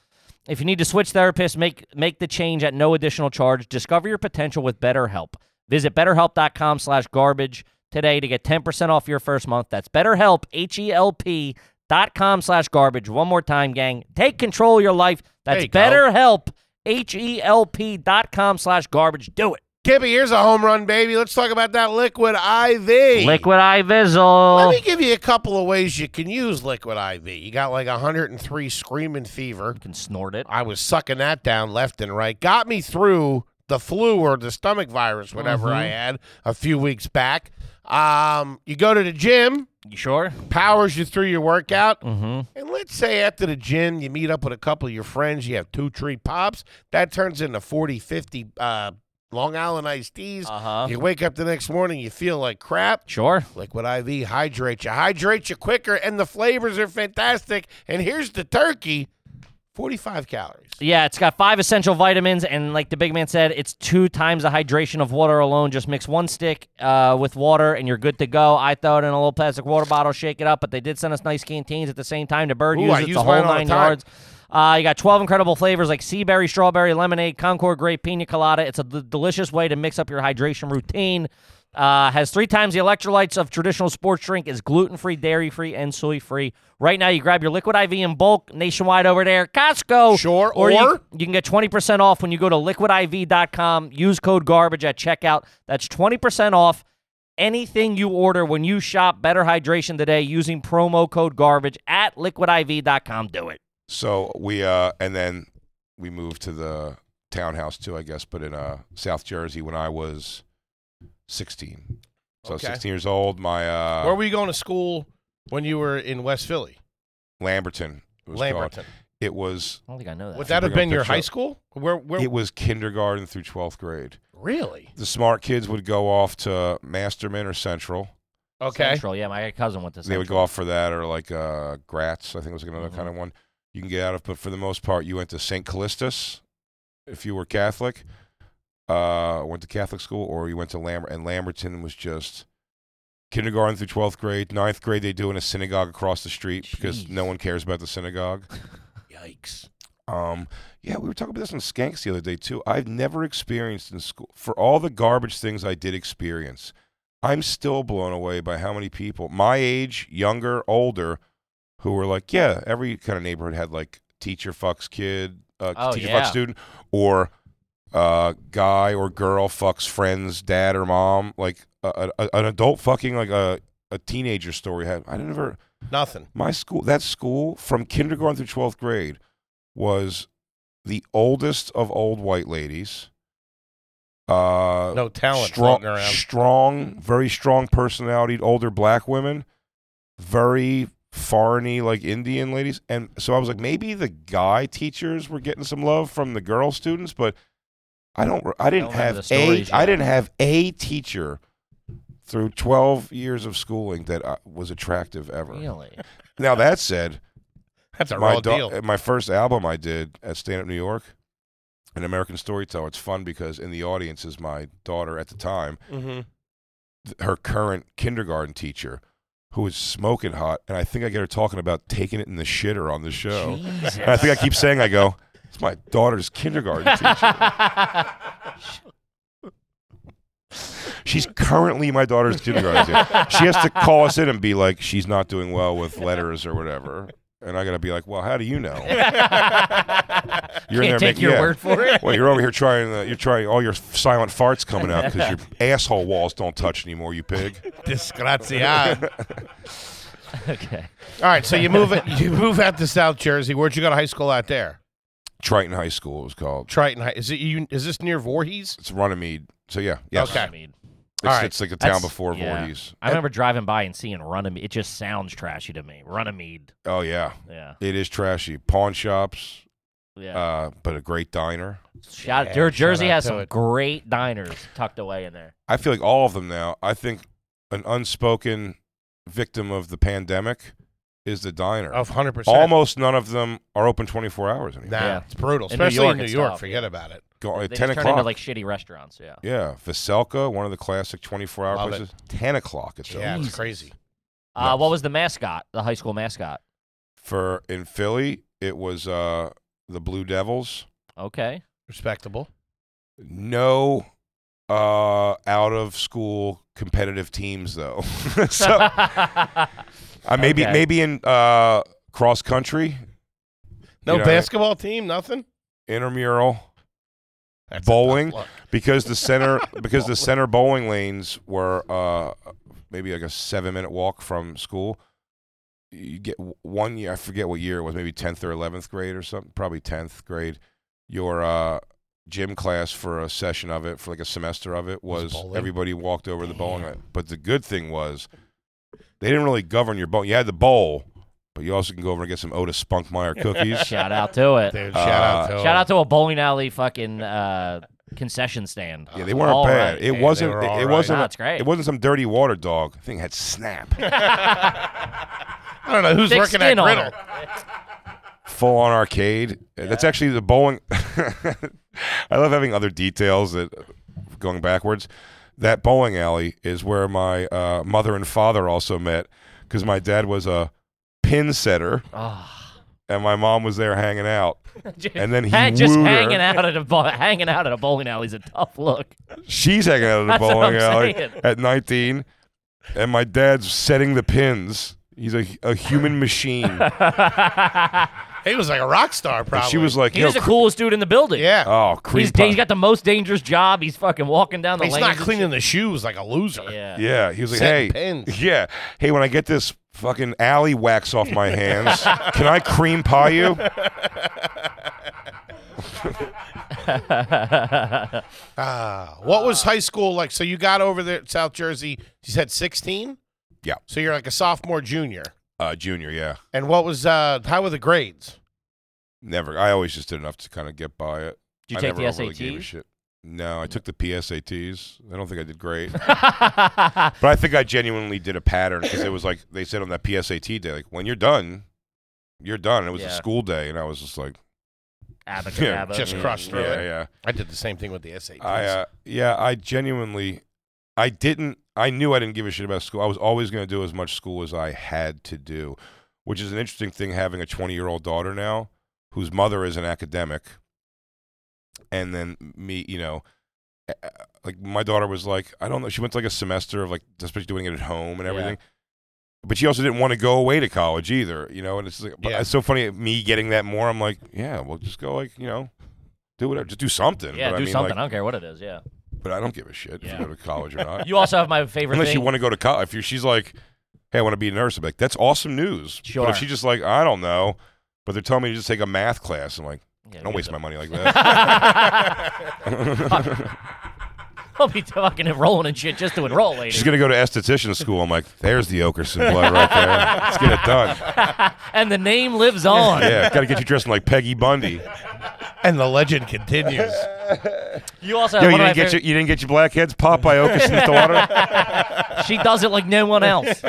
If you need to switch therapists, make make the change at no additional charge. Discover your potential with BetterHelp. Visit betterhelp.com slash garbage today to get 10% off your first month. That's betterhelp, H-E-L-P dot com slash garbage. One more time, gang. Take control of your life. That's There you betterhelp, H-E-L-P dot com slash garbage. Do it. Kippy, here's a home run, baby. Let's talk about that liquid IV. Liquid Let iVizzle. me give you a couple of ways you can use liquid IV. You got like 103 screaming fever. You can snort it. I was sucking that down left and right. Got me through the flu or the stomach virus, whatever I had a few weeks back. Um, you go to the gym, You sure? powers you through your workout. Mm-hmm. And let's say after the gym, you meet up with a couple of your friends, you have two, three pops. That turns into 40, 50 uh, Long Island iced teas. Uh-huh. You wake up the next morning, you feel like crap. Sure. Liquid IV hydrates you, hydrates you quicker, and the flavors are fantastic. And here's the turkey 45 calories. Yeah, it's got five essential vitamins, and like the big man said, it's two times the hydration of water alone. Just mix one stick uh, with water, and you're good to go. I throw it in a little plastic water bottle, shake it up, but they did send us nice canteens at the same time. The bird Ooh, uses I it the use whole mine all the nine time. yards. Uh, you got 12 incredible flavors like sea berry, strawberry, lemonade, Concord grape, pina colada. It's a d- delicious way to mix up your hydration routine. Uh, has three times the electrolytes of traditional sports drink, is gluten free, dairy free, and soy free. Right now, you grab your liquid IV in bulk nationwide over there, Costco. Sure, you, or- you can get 20% off when you go to liquidiv.com. Use code garbage at checkout. That's 20% off anything you order when you shop Better Hydration today using promo code garbage at liquidiv.com. Do it. So we uh and then we moved to the townhouse too, I guess, but in uh South Jersey when I was sixteen. So I was Okay. sixteen years old, my uh Where were you going to school when you were in West Philly? Lamberton it was called. Lamberton. It was I don't think I know that. Would that have Bring been a your picture high up. school? Where? where it was kindergarten through twelfth grade. really? The smart kids would go off to Masterman or Central. Okay. [LAUGHS] Central, yeah, my cousin went to Central. They would go off for that or like uh Gratz, I think was like another Mhm. kind of one you can get out of, but for the most part you went to St. Callistus if you were Catholic. uh, went to Catholic school, or you went to Lamber, and Lamberton was just kindergarten through twelfth grade. Ninth grade they do in a synagogue across the street because no one cares about the synagogue. Yikes. Um, yeah, we were talking about this on Skanks the other day too. I've never experienced in school for all the garbage things I did experience. I'm still blown away by how many people my age, younger, older, who were like, yeah, every kind of neighborhood had like teacher fucks kid, uh, Oh, teacher yeah. fucks student, or uh, guy or girl fucks friends, dad or mom, like a, a, an adult fucking like a a teenager story. Had I never Nothing. my school that school from kindergarten through 12th grade was the oldest of old white ladies uh No talent strong, floating around. strong very strong personality older black women very foreigny like indian ladies and so i was like maybe the guy teachers were getting some love from the girl students but i don't re- i didn't don't remember have the a stories i yet. didn't have a teacher through 12 years of schooling that I, was attractive ever Really? [LAUGHS] now that said, That's a my raw da- deal. uh, my first album I did at Stand Up New York, an American Storyteller. It's fun because in the audience is my daughter at the time, mm-hmm. th- her current kindergarten teacher, who is smoking hot, and I think I get her talking about taking it in the shitter on the show. [LAUGHS] Jesus. And I think I keep saying, I go, it's my daughter's kindergarten [LAUGHS] teacher. She's currently my daughter's kindergarten teacher. She has to call us in and be like, she's not doing well with letters or whatever. And I got to be like, well, how do [LAUGHS] you know? You're in there Can't take making your yeah. word for [LAUGHS] it. Well, you're over here trying. The, you're trying all your silent farts coming out because [LAUGHS] your asshole walls don't touch anymore. You pig. [LAUGHS] Disgraziad. okay. All right, so you move it. You move out to South Jersey. Where'd you go to high school out there? Triton High School it was called. Triton High. Is it you? Is this near Voorhees? It's Runnymede. So yeah, yes. Okay. [LAUGHS] I mean, It's, All right. it's like a town That's- before yeah. Voorhees. I remember driving by and seeing Runnymede. It just sounds trashy to me. Runnymede. Oh yeah, Yeah. it is trashy. Pawn shops, Yeah. uh, but a great diner. shout, yeah, Jer- shout Jersey out has to some it. great diners tucked away in there. I feel like all of them now. I think an unspoken victim of the pandemic is the diner. Oh, Of hundred percent. Almost none of them are open 24 hours anymore. Nah, Yeah. it's brutal, In New especially York, in New York. it's tough, Forget about it. Go, at They 10 just o'clock. turn into like shitty restaurants. Yeah. Yeah, Veselka, one of the classic 24 hour Love it. places. 10 o'clock it's yeah, open. it's crazy. Uh, what Nuts. was the mascot? The high school mascot. For in Philly, it was uh the Blue Devils. Okay. Respectable. No uh out of school competitive teams though. [LAUGHS] [LAUGHS] so uh, maybe Okay. maybe in uh cross country, No You know, basketball team. Nothing. intramural, That's a Bowling? tough look. because [LAUGHS] the center because the center bowling lanes were uh, maybe like a seven minute walk from school. You get w- one year, I forget what year it was, maybe tenth or eleventh grade or something, probably tenth grade. Your uh, gym class for a session of it, for like a semester of it, Was was bowling? everybody walked over the bowling lane. But the good thing was they didn't really govern your bowl. You had the bowl, but you also can go over and get some Otis Spunkmeyer cookies. [LAUGHS] Shout out to it. Dude, shout out to Shout out to a bowling alley fucking uh, concession stand. Yeah, they weren't Uh, All bad. right. It they wasn't. were It, all it right. wasn't. Nah, a- it's great. It wasn't some dirty water dog. The thing [LAUGHS] had snap, I don't know who's Thick working at skin on Griddle. it. full on arcade. Uh, That's actually the bowling. [LAUGHS] I love having other details that going backwards. That bowling alley is where my uh, mother and father also met because my dad was a pin setter Ah. and my mom was there hanging out. And then he Hang- [LAUGHS] just wooed her. hanging out at a bo- hanging out at a bowling alley is a tough look. She's hanging out [LAUGHS] at That's the what bowling I'm alley saying. at 19, and my dad's setting the pins. He's a, a [LAUGHS] human machine. He was like a rock star, probably. She was like, He "Yo, was the cre- coolest dude in the building. yeah. oh, cream he's, da- pie." he's got the most dangerous job. He's fucking walking down the He's lane. not [LAUGHS] cleaning the shoes like a loser. Yeah. [LAUGHS] yeah, he was like, Setting [LAUGHS] "Hey, pins. yeah, hey, when I get this fucking alley wax off my hands, can I cream pie you?" Ah, [LAUGHS] what was high school like? So you got over there, South Jersey. You said sixteen. Yeah. So you're like a sophomore, junior. Uh, junior, yeah, And what was uh how were the grades? never. I always just did enough to kind of get by it. Did you I take never the Really gave a SATs? shit. No, I took the PSATs. I don't think I did [LAUGHS] great, but I think I genuinely did a pattern because it was like they said on that PSAT day, like when you're done, you're done. It was Yeah. a school day, and I was just like, Abacadabra. Just [LAUGHS] Yeah, crushed through yeah, it. Yeah, I did the same thing with the SATs. I uh, yeah, I genuinely, I didn't. I knew I didn't give a shit about school. I was always going to do as much school as I had to do, which is an interesting thing. Having a 20 year old daughter now, whose mother is an academic, and then me, you know, uh, uh, like my daughter was like, I don't know. She went to like a semester of like, especially doing it at home and Yeah. everything. But she also didn't want to go away to college either, you know. And it's like, but Yeah. it's so funny me getting that more. I'm like, yeah, well, just go like, you know, do whatever, just do something. yeah, do But I mean, something. like, I don't care what it is. Yeah. but I don't give a shit if Yeah. you go to college [LAUGHS] or not. You also have my favorite Unless thing. you want to go to college. If you're, she's like, hey, I want to be a nurse, I'm like, that's awesome news. But Sure. if she's just like, I don't know, but they're telling me to just take a math class, I'm like, Yeah, don't you waste do. my [LAUGHS] money like that. [LAUGHS] I'll be fucking enrolling and shit just to enroll, lady. she's going to go to esthetician school. I'm like, there's the Okerson blood right there. Let's get it done. and the name lives on. Yeah, got to get you dressing like [LAUGHS] Peggy Bundy. and the legend [LAUGHS] continues. You also Yo, have one you of my didn't, get your, favorite- you didn't get your blackheads popped by Okerson's daughter? [LAUGHS] [LAUGHS] She does it like no one else.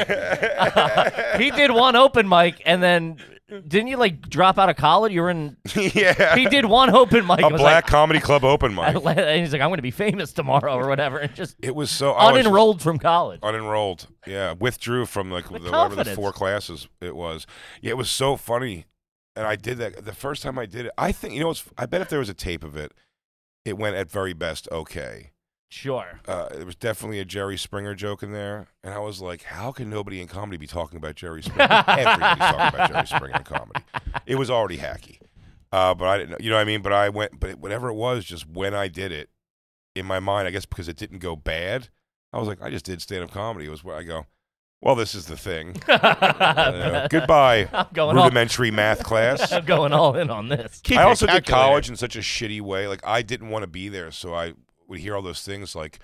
he did one open mic and then didn't you like drop out of college? You were in. yeah. He did one open mic. A It was black comedy club open mic. Like, [LAUGHS] and he's like, I'm going to be famous tomorrow or whatever, and just It was so I was just- unenrolled from college. unenrolled. Yeah, withdrew from like the, With whatever the confidence. four classes it was. Yeah, it was so funny, and I did that the first time I did it. I think you know, it's, I bet if there was a tape of it, it went at very best okay. [LAUGHS] Sure. Uh, there was definitely a Jerry Springer joke in there, and I was like, how can nobody in comedy be talking about Jerry Springer? Everybody's talking about Jerry Springer in comedy. It was already hacky, uh, but I didn't know. You know what I mean? But I went, but it, whatever it was, just when I did it, in my mind, I guess because it didn't go bad, I was like, I just did stand up comedy. It was where I go, well, this is the thing. Uh, goodbye, I'm going all, rudimentary math class. I'm going all in on this. [LAUGHS] Keep I your also did calculator. college in such a shitty way. Like I didn't want to be there, so I would hear all those things like,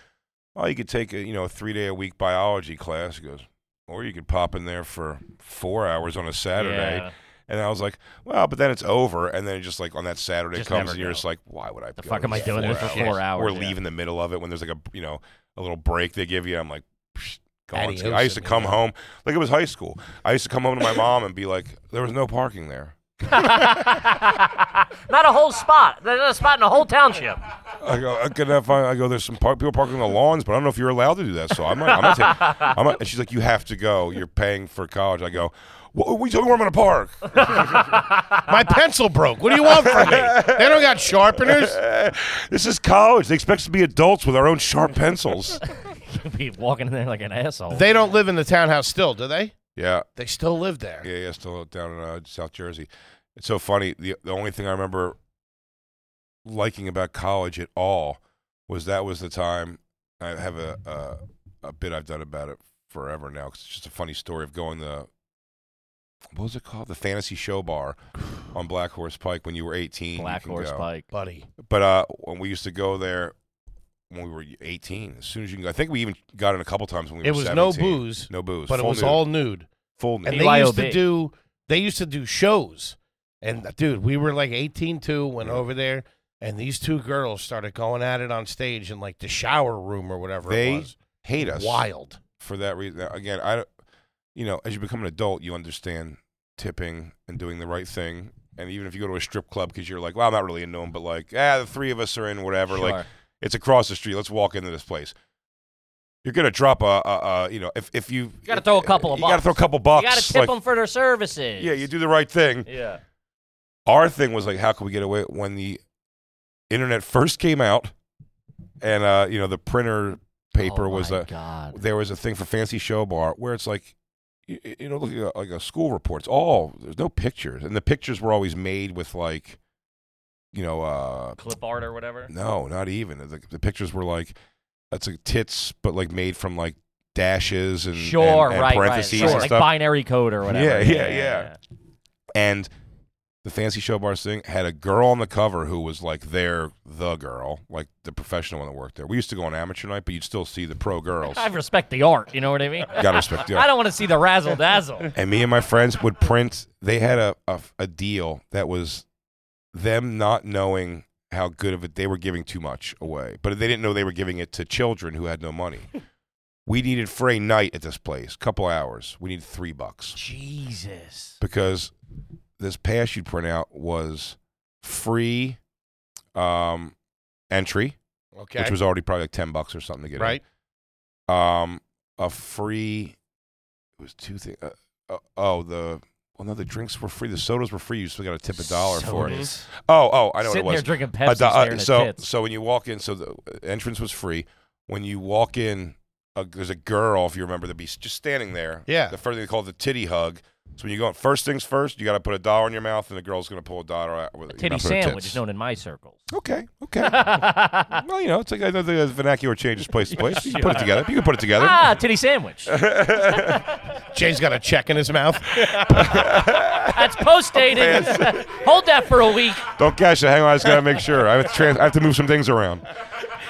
"Oh, you could take a you know a three day a week biology class." He goes, "Or you could pop in there for four hours on a Saturday." Yeah. And I was like, "Well, but then it's over." And then just like on that Saturday Just comes, never and you're go. just like, "Why would I? The go fuck am I doing this for four hours? Or Yeah. leave in the middle of it when there's like a you know a little break they give you. I'm like. "Psh, Gone. Adios, I used to come amigo. home like it was high school. I used to come home to my mom and be like, "There was no parking there." Not a whole spot. There's not a spot in a whole township. [LAUGHS] I go, "Uh, I could have, I go, there's some park, people parking on the lawns, but I don't know if you're allowed to do that. So I'm not, I'm not taking, I'm not, and she's like, you have to go. You're paying for college. I go, what are we talking where I'm going to park? My pencil broke. What do you want from [LAUGHS] me? They don't got sharpeners. [LAUGHS] This is college. They expect us to be adults with our own sharp pencils. Be walking in there like an asshole. They don't live in the townhouse still, do they? yeah. They still live there. Yeah. Yeah. Still down in uh, South Jersey. It's so funny. The, the only thing I remember liking about college at all was that was the time I have a, a, a bit I've done about it forever now. 'cause it's just a funny story of going the, what was it called? The Fantasy [SIGHS] Show Bar on Black Horse Pike when you were 18. you Black can Horse go. Pike. Buddy. But uh, when we used to go there when we were 18, as soon as you can go, I think we even got in a couple times when we It were was no 17. booze, No booze. but it Full was nude. all nude. full. nude. And they used to BYOB. do they used to do shows. And dude, we were like 18 too, went over there, and these two girls started going at it on stage in like the shower room or whatever They it was. hate us. Wild. for that reason. Again, I, don't- you know, as you become an adult, you understand tipping and doing the right thing. And even if you go to a strip club because you're like, well, I'm not really into them, but like, ah, the three of us are in whatever. Like, Sure. it's across the street. Let's walk into this place. You're gonna drop a, a, a you know, if if you, you gotta throw a couple of you gotta bucks. throw a couple You bucks. got to tip like, them for their services. Yeah, you do the right thing. Yeah. Our thing was like, how can we get away when the internet first came out, and uh, you know, the printer paper Oh was my a God. there was a thing for fancy show bar where it's like you, you know look like a, like a school report it's all there's no pictures and the pictures were always made with like you know uh clip art or whatever. no not even the, the pictures were like that's like tits but like made from like dashes and, and- Sure, right, and right. parentheses Sure. and Like stuff binary code or whatever. Yeah, yeah, yeah. and the fancy show bars thing had a girl on the cover who was like their the girl like the professional one that worked there we used to go on amateur night but you'd still see the pro [LAUGHS] girls I respect the art. You know what I [LAUGHS] mean? gotta respect the I don't want to see the [LAUGHS] razzle dazzle. and me and my friends would print. They had a, a a deal that was them not knowing how good of it they were giving too much away, but they didn't know they were giving it to children who had no money. we needed for a night at this place, couple hours. We needed three bucks Jesus. because this pass you'd print out was free um, entry, Okay. which was already probably like ten bucks or something to get in. right. [LAUGHS] Um, a free. It was two things. Uh, uh, oh, the well, no, the drinks were free. The sodas were free. You still got to tip a dollar for it. Sodas. Oh, oh, I know Sitting what there it was. drinking A Pepsi, do- uh, staring at so, tits. so when you walk in, so the uh, entrance was free. When you walk in, uh, there's a girl, if you remember, that be s- just standing there. Yeah. The first thing they call the titty hug. So when you go in, first things first, you got to put a dollar in your mouth, and the girl's gonna pull a dollar out with Titty sandwich is known in my circles. [LAUGHS] Okay, okay. well, you know, it's like I know the vernacular changes place [LAUGHS] to place. You can put it together. You can put it together. Ah, titty [LAUGHS] sandwich. Jay's got a check in his mouth. That's post dated. [LAUGHS] Hold that for a week. Don't cash it. Hang on, I just gotta make sure. I have to trans- I have to move some things around.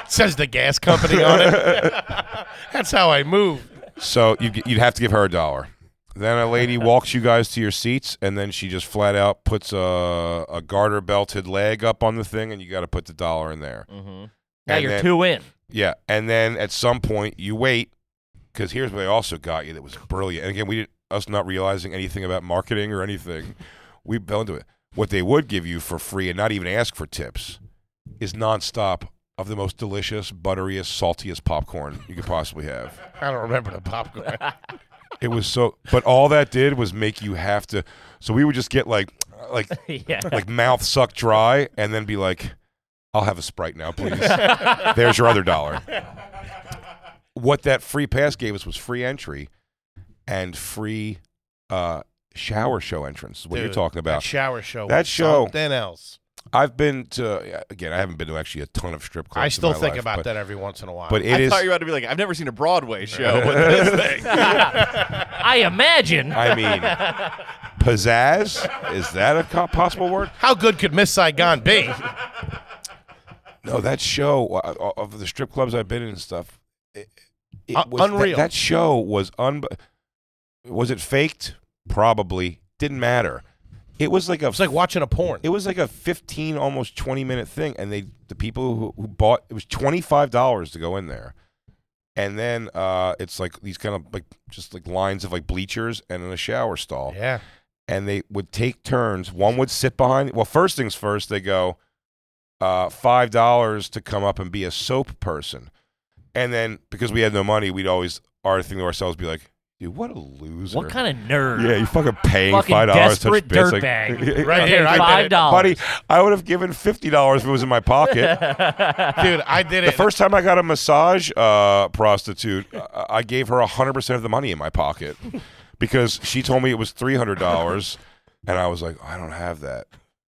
Says the gas company on it. [LAUGHS] That's how I move. So you, you'd have to give her a dollar. Then a lady walks you guys to your seats, and then she just flat out puts a, a garter belted leg up on the thing, and you got to put the dollar in there. Now And you're then- two [LAUGHS] in. [LAUGHS] Yeah, and then at some point you wait because here's what they also got you that was brilliant. And again, we didn't us not realizing anything about marketing or anything. We fell into it. What they would give you for free and not even ask for tips is nonstop of the most delicious, butteriest, saltiest popcorn you could possibly have. I don't remember the popcorn. It was so, but all that did was make you have to. So we would just get like, like, Yeah. like mouth sucked dry, and then be like, "I'll have a sprite [LAUGHS] now, please." There's your other dollar. What that free pass gave us was free entry, and free uh, shower show entrance. Is what you're Dude, talking That about? shower show. That was show. Something else. I've been to again. I haven't been to actually a ton of strip clubs. I still in my think life, about but, that every once in a while. But it I is. thought you were about to be like, I've never seen a Broadway show. But [LAUGHS] this thing. I imagine. [LAUGHS] I mean, pizzazz is that a co- possible word? how good could Miss Saigon [LAUGHS] be? No, that show uh, uh, of the strip clubs I've been in and stuff, it, it Un- was, that- unreal. That, show was un. Was it faked? Probably didn't matter. It was like a. It's like watching a porn. it was like a fifteen, almost twenty minute thing, and they the people who, who bought it was twenty five dollars to go in there, and then uh, it's like these kind of like just like lines of like bleachers and in a shower stall yeah. and they would take turns. One would sit behind. Well, first things first, they go uh, five dollars to come up and be a soap person, and then because we had no money, we'd always our thing to ourselves be like, "Dude, what a loser!" what kind of nerd? yeah, you fucking paying Fucking five dollars to desperate touch bits, like- [LAUGHS] dirtbag. Right here, I did Five it. dollars. buddy. I would have given fifty dollars if it was in [LAUGHS] my pocket. [LAUGHS] Dude, I did The it. first time I got a massage uh, prostitute, I- I gave her 100% of the money in my pocket because she told me it was $300. And I was like, I don't have that.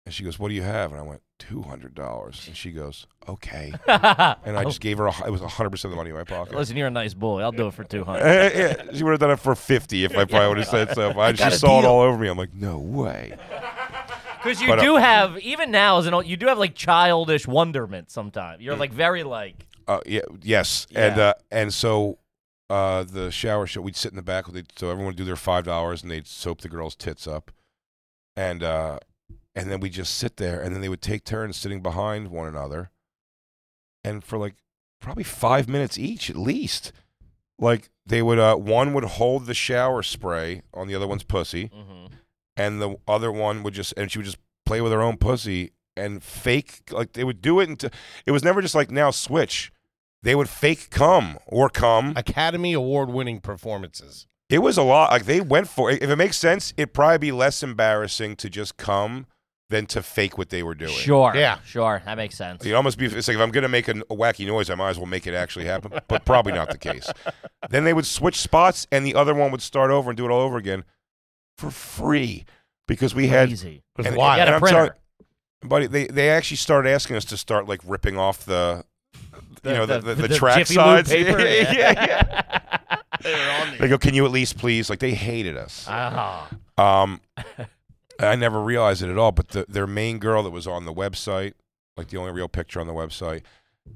And she goes, What do you have? And I went, $200. And she goes, Okay. And I just gave her, a, hu- it was 100% of the money in my [LAUGHS] pocket. [LAUGHS] Listen, you're a nice boy. I'll do it for two hundred. Eh, eh, she would have done it for [LAUGHS] 50 if I probably would have said so. I, she got a saw it deal. all over me. I'm like, No way. Because you But, uh, do have, even now as an old, you do have like childish wonderment. Sometimes you're like very like. Uh, yeah, yes, and Yeah. uh, and so uh, the shower show, we'd sit in the back. They'd, so everyone would do their five dollars, and they'd soap the girls' tits up, and uh, and then we would just sit there, and then they would take turns sitting behind one another, and for like probably five minutes each at least. Like they would, uh, one would hold the shower spray on the other one's pussy, mhm. and the other one would just and she would just play with her own pussy and fake like they would do it until it was never just like now switch they would fake come or come Academy Award winning performances. it was a lot like they went for it if it makes sense it'd probably be less embarrassing to just come than to fake what they were doing Sure. Yeah. Sure. That makes sense. You'd almost be it's like if I'm gonna make an- a wacky noise, I might as well make it actually happen. But probably not the case. then they would switch spots, and the other one would start over and do it all over again for free because we had Easy. It was And- wild. You got and a I'm telling- printer. Buddy, they, they actually started asking us to start like ripping off the, you know, the, the, the, the track Jiffy Lube [LAUGHS] sides. paper? yeah, yeah, yeah. They were on the- They go, can you at least please? Like they hated us. Ah. Um, [LAUGHS] I never realized it at all, but the, their main girl that was on the website, like the only real picture on the website,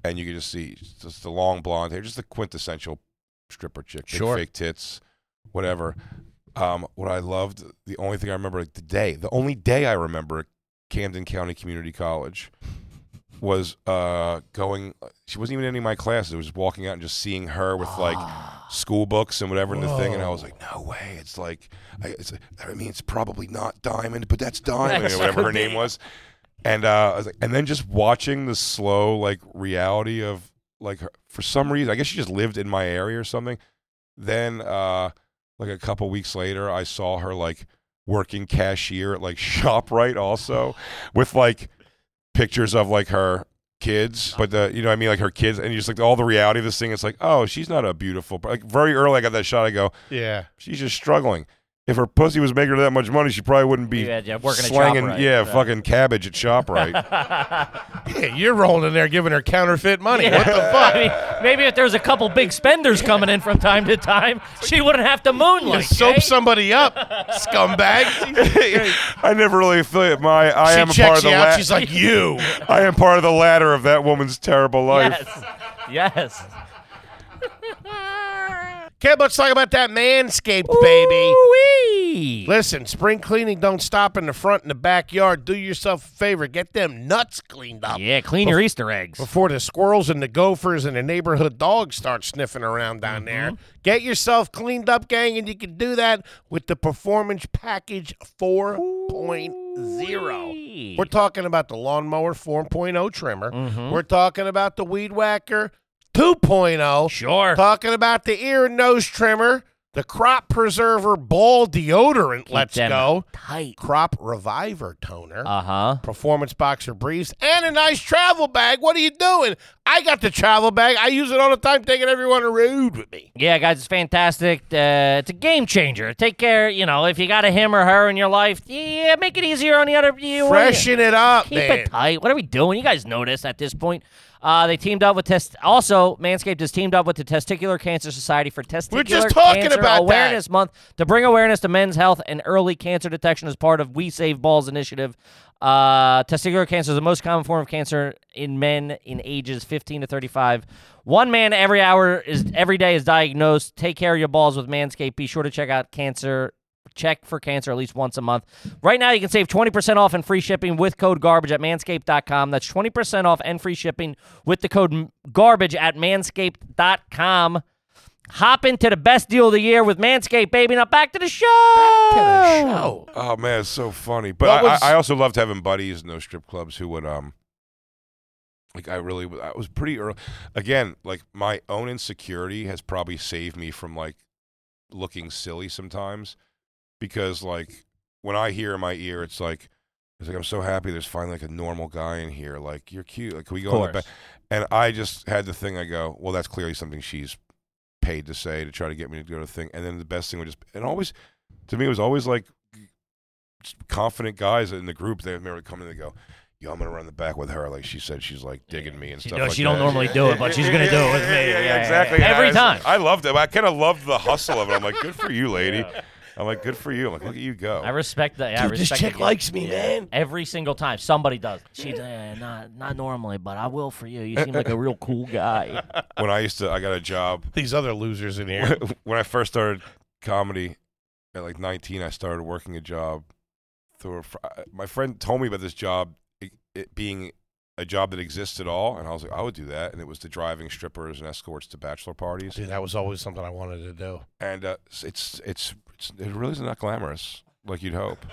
and you could just see just the long blonde hair, just the quintessential stripper chick, big Sure. fake tits, whatever. Um, what I loved, the only thing I remember like, the day, the only day I remember at Camden County Community College was uh, going. She wasn't even in any of my classes. I was just walking out and just seeing her with like Ah. school books and whatever in the thing, and I was like, "No way!" It's like, I, it's, I mean, it's probably not Diamond, but that's Diamond, or whatever her name was. And uh, I was like, and then just watching the slow like reality of like her, for some reason, I guess she just lived in my area or something. Then uh, like a couple weeks later, I saw her like working cashier at like [LAUGHS] Shoprite also with like pictures of like her kids but the you know what i mean like her kids and you just like all the reality of this thing it's like oh she's not a beautiful like very early i got that shot i go Yeah. she's just struggling if her pussy was making her that much money she probably wouldn't be Yeah, yeah, working at slanging ShopRite, yeah. yeah fucking cabbage at shoprite Yeah, you're rolling in there giving her counterfeit money. [LAUGHS] What the I fuck? mean, maybe if there was a couple big spenders coming in from time to time, she wouldn't have to moonlight. eh? Just soap Jay. somebody up, scumbag. i never really feel it my i She am a checks part of the you out. la- She's like, you. [LAUGHS] i am part of the ladder of that woman's terrible life Yes. Yes. Can't let's talk about that manscaped, baby. Ooh-wee. Listen, spring cleaning don't stop in the front and the backyard. Do yourself a favor. Get them nuts cleaned up. Yeah, clean your Easter eggs. Before the squirrels and the gophers and the neighborhood dogs start sniffing around down there, get yourself cleaned up, gang, and you can do that with the Performance Package 4.0. We're talking about the lawnmower 4.0 trimmer. We're talking about the weed whacker 2.0. Sure. Talking about the ear and nose trimmer, the crop preserver ball deodorant. let's them go. Tight. Crop reviver toner Uh huh. performance boxer briefs, and a nice travel bag. What are you doing? I got the travel bag. I use it all the time, taking everyone on a road with me. Yeah, guys, it's fantastic. Uh, it's a game changer. Take care, you know, if you got a him or her in your life, yeah, make it easier on the other. You Freshen it up, Keep man. it tight. What are we doing? You guys know this at this point. Uh, they teamed up with test. Also, Manscaped has teamed up with the Testicular Cancer Society for Testicular We're just talking Cancer about that. Awareness Month to bring awareness to men's health and early cancer detection as part of We Save Balls initiative. Uh, testicular cancer is the most common form of cancer in men in ages 15 to 35. One man every hour is every day is diagnosed. Take care of your balls with Manscaped. Be sure to check out cancer check for cancer at least once a month. Right now, you can save 20% off and free shipping with code garbage at manscaped.com. That's 20% off and free shipping with the code m- garbage at manscaped.com. Hop into the best deal of the year with Manscaped, baby. Now back to the show. Oh, Oh man, it's so funny. But What I, was- I I also loved having buddies in those strip clubs who would um, like I really w- I was pretty early. Again, like my own insecurity has probably saved me from like looking silly sometimes, because like when I hear in my ear, it's like it's like I'm so happy there's finally like a normal guy in here. Like you're cute. Like can we go in the back? And I just had the thing. I go, well, that's clearly something she's paid to say to try to get me to go to the thing. And then the best thing would just and always to me it was always like just confident guys in the group. They remember coming and they go, "Yo, I'm gonna run the back with her." Like she said, she's like digging me and She, stuff. no, like she don't that. normally do it, but she's gonna do it with me. [LAUGHS] Yeah, yeah, exactly. yeah. Every And I was- time. I loved it. I kind of loved the hustle of it. I'm like, [LAUGHS] good for you, lady. I'm like, good for you. I'm like, look at you go. I respect that. Yeah, I Dude, this respect chick the- likes me, man. every single time somebody does. She eh, not not normally, but I will for you. You seem like a real cool [LAUGHS] guy. when I used to, I got a job These other losers in here. when I first started comedy at like 19, I started working a job through a fr- my friend told me about this job it, it being a job that exists at all, and I was like, I would do that, and it was the driving strippers and escorts to bachelor parties, Dude, that was always something I wanted to do. and uh, s- it's, it's it's it really is not glamorous like you'd hope.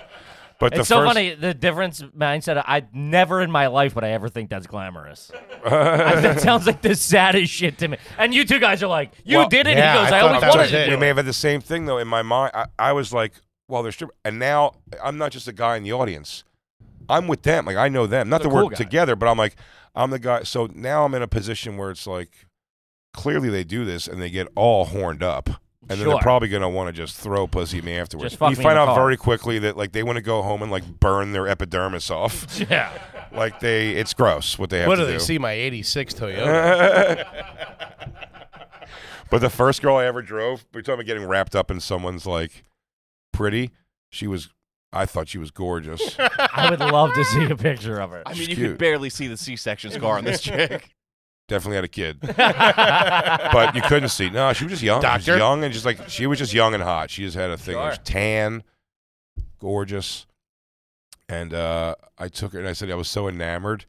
But the It's so first, funny the difference mindset. I never in my life would I ever think that's glamorous. [LAUGHS] [LAUGHS] that sounds like the saddest shit to me. And you two guys are like, you Well, did it. yeah, he goes, I I, thought always that wanted was to it. we do may it. have had the same thing though. In my mind, I, I was like, "Well, they're stripper," and now I'm not just a guy in the audience. I'm with them. Like I know them. Not The that we're cool guy. together, but I'm like, I'm the guy. So now I'm in a position where it's like, clearly they do this and they get all horned up, and then they're Sure. probably gonna want to just throw pussy at me afterwards. Just fuck you me in find the out car. very quickly that like they want to go home and like burn their epidermis off. [LAUGHS] Yeah. like they, it's gross what they have What to do do. they see? My 86 Toyota. But the first girl I ever drove, we're talking about getting wrapped up in someone's like pretty. She was, I thought she was [LAUGHS] gorgeous. I would love to see a picture of her. I She's mean, you cute. could barely see the C-section scar on [LAUGHS] this chick. Definitely had a kid, but you couldn't see. No, she was just young. She Doctor? was young and just like she was just young and hot. She just had a thing. It was Sure. tan, gorgeous, and uh, I took her and I said I was so enamored.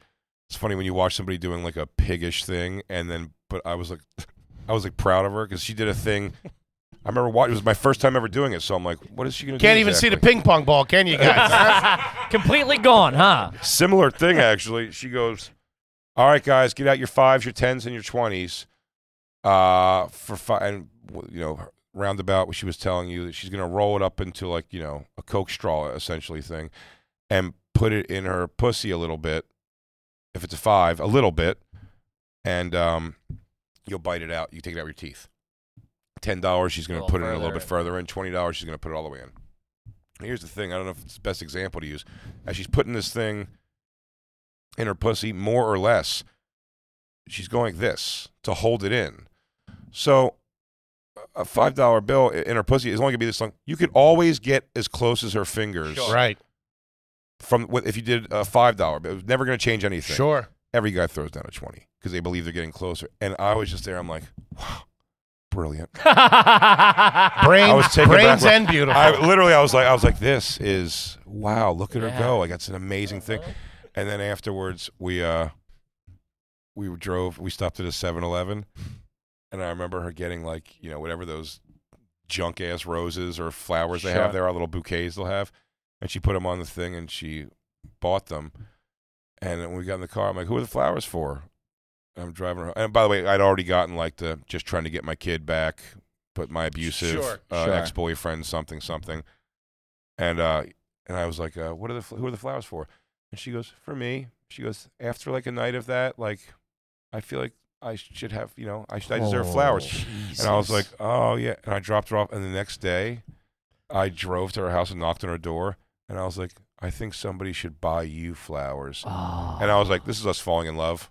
It's funny when you watch somebody doing like [LAUGHS] a piggish thing and then, but I was like, I was like proud of her because she did a thing. I remember watching. It was my first time ever doing it, so I'm like, "What is she gonna do?" Can't even see the exactly? ping pong ball, can you guys? [LAUGHS] Completely gone, huh? [LAUGHS] Similar thing, actually. She goes, "All right, guys, get out your fives, your tens, and your twenties, uh, for five, and w- you know, roundabout." She was telling you that she's gonna roll it up into like you know a coke straw essentially thing, and put it in her pussy a little bit, if it's a five, a little bit, and um, you'll bite it out. You take it out with your teeth. Ten dollars, she's gonna Go put it in a little further bit in. further in. Twenty dollars, she's gonna put it all the way in. Here's the thing. I don't know if it's the best example to use. As she's putting this thing in her pussy, more or less, she's going like this to hold it in. So a five dollar bill i- in her pussy is only gonna be this long. You could always get as close as her fingers right. from what- if you did a five dollar, but it was never gonna change anything Sure. every guy throws down a 20 because they believe they're getting closer. And I was just there. I'm like, wow, brilliant. Brains, was taken brains back. and beautiful. Oh, I literally, I was like, I was like, this is wow. Look at her go. Like that's an amazing thing. And then afterwards, we uh, we drove. We stopped at a 7-Eleven, and I remember her getting like you know whatever those junk ass roses or flowers they Sure. have there are little bouquets they'll have, and she put them on the thing and she bought them. And when we got in the car, I'm like, who are the flowers for? And I'm driving her. And by the way, I'd already gotten like the just trying to get my kid back, but my abusive Sure, uh, sure. ex-boyfriend, something, something. And uh, and I was like, uh, what are the fl- who are the flowers for? And she goes, for me. She goes, after like a night of that, like I feel like I should have, you know, I should, I deserve Oh. flowers. And I was like, oh yeah. And I dropped her off. And the next day, I drove to her house and knocked on her door. And I was like, I think somebody should buy you flowers. And I was like, this is us falling in love.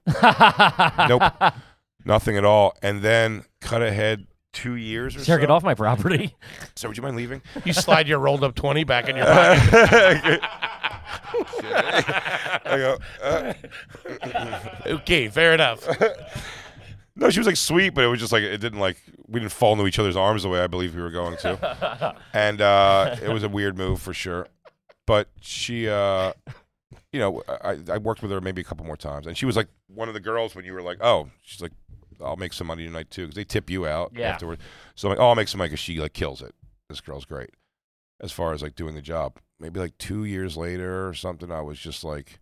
nope, nothing at all. And then cut ahead two years or Sir, so. get off my property. So would you mind leaving? you slide your rolled up 20 back in your pocket. I go, uh, okay, fair enough. [LAUGHS] no, she was like sweet, but it was just like it didn't like we didn't fall into each other's arms the way I believe we were going to, and uh, it was a weird move for sure. But she, uh, you know, I, I worked with her maybe a couple more times, and she was like one of the girls when you were like, oh, she's like, I'll make some money tonight too, because they tip you out Yeah. afterwards. So I'm like, oh, I'll make some money because she like kills it. This girl's great. As far as like doing the job, maybe like two years later or something, I was just like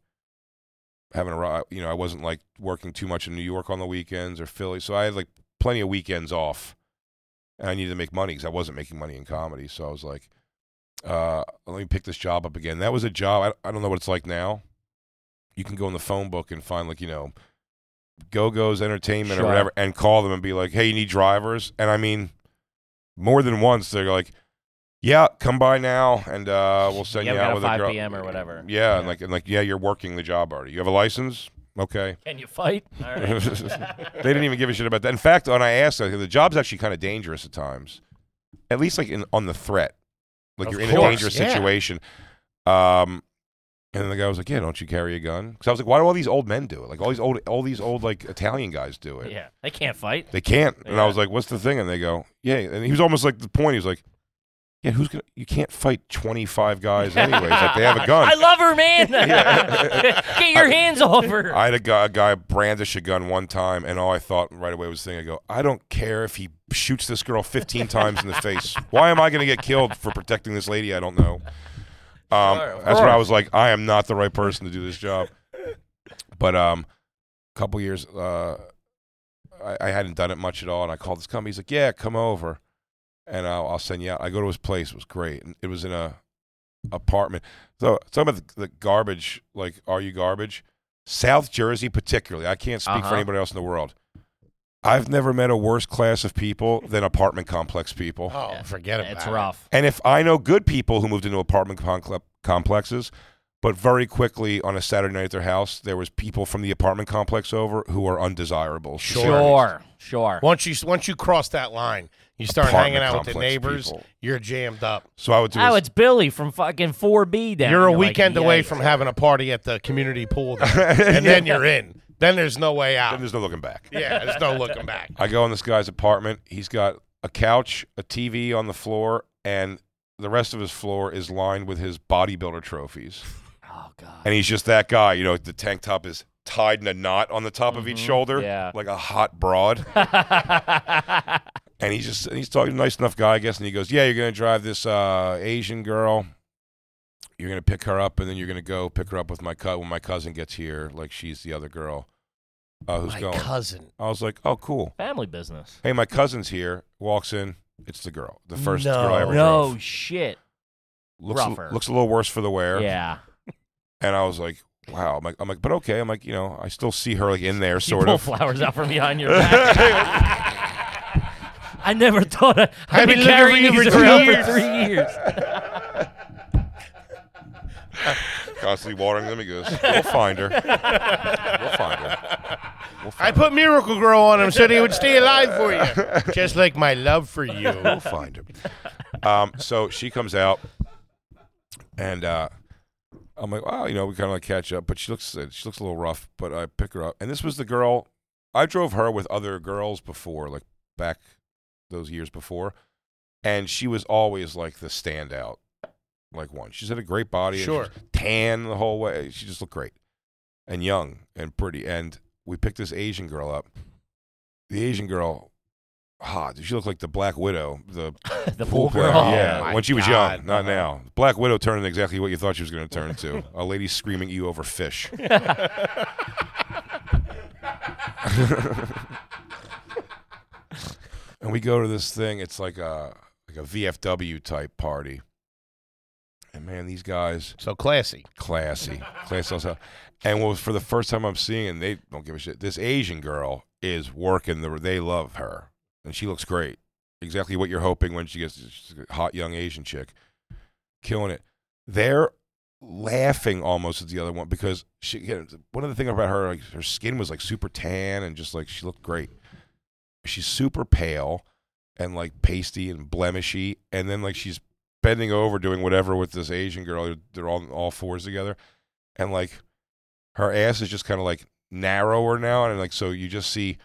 having a ri- you know I wasn't like working too much in New York on the weekends or Philly, so I had like plenty of weekends off, and I needed to make money because I wasn't making money in comedy. So I was like, uh, let me pick this job up again. That was a job. I, I don't know what it's like now. You can go in the phone book and find like you know, Go Go's Entertainment Sure. or whatever, and call them and be like, hey, you need drivers? And I mean, more than once they're like. Yeah, come by now, and [LAUGHS] uh, we'll send Yeah, you we out got a with a 5 girl. p.m. or whatever. Yeah, and like and like yeah, you're working the job already. You have a license? Okay. Can you [LAUGHS] fight? All [LAUGHS] they right. didn't even give a shit about that. In fact, when I asked, I said, the job's actually kind of dangerous at times. At least like in on the threat, like Of you're in a course, dangerous yeah. situation. Um, and then the guy was like, "Yeah, don't you carry a gun?" Because I was like, "Why do all these old men do it? Like all these old, all these old like Italian guys do it. Yeah, they can't fight. They can't." And Yeah. I was like, "What's the thing?" And they go, "Yeah." And he was almost like the point. He was like, "Yeah, who's gonna? You can't fight 25 guys anyways. like they [LAUGHS] have a gun." I love her, [LAUGHS] man. [LAUGHS] Get your hands off her. I had a guy, a guy brandish a gun one time, and all I thought right away was thing. I go, I don't care if he shoots this girl 15 times in the face. Why am I going to get killed for protecting this lady? I don't know. Um, that's when I was like, I am not the right person to do this job. But um, a couple years, uh, I, I hadn't done it much at all, and I called this company. He's like, Yeah, come over, and I'll, I'll send you out. I go to his place. It was great. And It was in a apartment. So talking about the, the garbage, like, are you garbage? South Jersey, particularly. I can't speak Uh-huh. for anybody else in the world. I've never met a worse class of people than apartment complex people. Uh-huh. Oh, forget about it. It's rough. And if I know good people who moved into apartment concle- complexes, but very quickly on a Saturday night at their house, there was people from the apartment complex over who are undesirable. Sure, sure. Once you once you cross that line, you start Apartment hanging out with the complex neighbors. people. You're jammed up. So I would do. Oh, this- it's Billy from fucking 4B down. you're a like, weekend away yikes. from having a party at the community pool, [LAUGHS] there, and then you're in. Then there's no way and out. there's no looking back. Yeah, there's no looking back. I go in this guy's apartment. He's got a couch, a TV on the floor, and the rest of his floor is lined with his bodybuilder trophies. Oh god. And he's just that guy, you know, the tank top is Mm-hmm. tied in a knot on the top of each shoulder, yeah. like a hot broad. and he's just and he's talking to a nice enough guy, I guess, and he goes, "Yeah, you're gonna drive this uh, Asian girl. You're gonna pick her up, and then you're gonna go pick her up with my cut when my cousin gets here. Like she's the other girl uh, who's My going." cousin. I was like, "Oh, cool. [LAUGHS] Family business. Hey, my cousin's here." Walks in, it's the girl, the first No. girl I ever No drove. shit. Looks a- rougher. looks a little worse for the wear. Yeah. And I was like, "Wow." I'm like, I'm like, but okay. I'm like, you know, I still see her like in there, [LAUGHS] You sort pull of. flowers out from behind your back. I never thought I, I'd I've be been looking for carrying you these for three around for years. three years. constantly watering them. He [LAUGHS] goes, "We'll find her. We'll find her." I put Miracle Grow on him so that he would stay alive for you, [LAUGHS] just like my love for you. We'll find him. Um, so she comes out, and uh, I'm like, "Wow, you know, we kind of like catch up." But she looks uh, she looks a little rough. But I pick her up, and this was the girl I drove her with other girls before, like back those years before, and she was always like the standout, like one. She's had a great body, and she Sure. was tan the whole way. She just looked great and young and pretty. And we picked this Asian girl up. The Asian girl, hot. she looked like the Black Widow, the the pool pool player. girl. Yeah, Oh my when she was God. young, not now. Black Widow turned into exactly what you thought she was going to turn into a lady screaming at you over fish. and we go to this thing. It's like a like a VFW type party. And man, these guys So classy. classy, classy. as hell. And what was for the first time I'm seeing, they don't give a shit. This Asian girl is working. The, they love her, and she looks great. Exactly what you're hoping when she gets she's a hot young Asian chick, killing it. They're laughing almost at the other one because she. Again, one of the things about her, like her skin was like super tan and just like she looked great. She's super pale and like pasty and blemishy, and then like she's bending over doing whatever with this Asian girl. They're- They're on all fours together, and like her ass is just kind of like narrower now, and like so you just see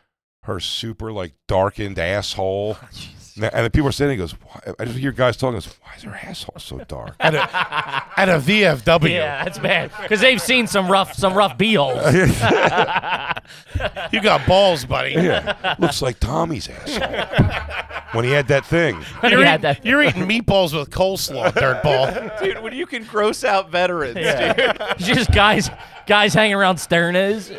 her super like darkened asshole. Now- And the people are standing. Goes, why? I just hear guys talking. Goes, why is her asshole so dark? At a, at a VFW. Yeah, that's bad because they've seen some rough, some rough b holes. You got balls, [LAUGHS] buddy. yeah, looks like Tommy's asshole when he had that thing. You're, He had eating, that- you're eating meatballs with coleslaw, dirtball. Dude, when you can gross out veterans, dude. Just guys, guys hanging around Sternos.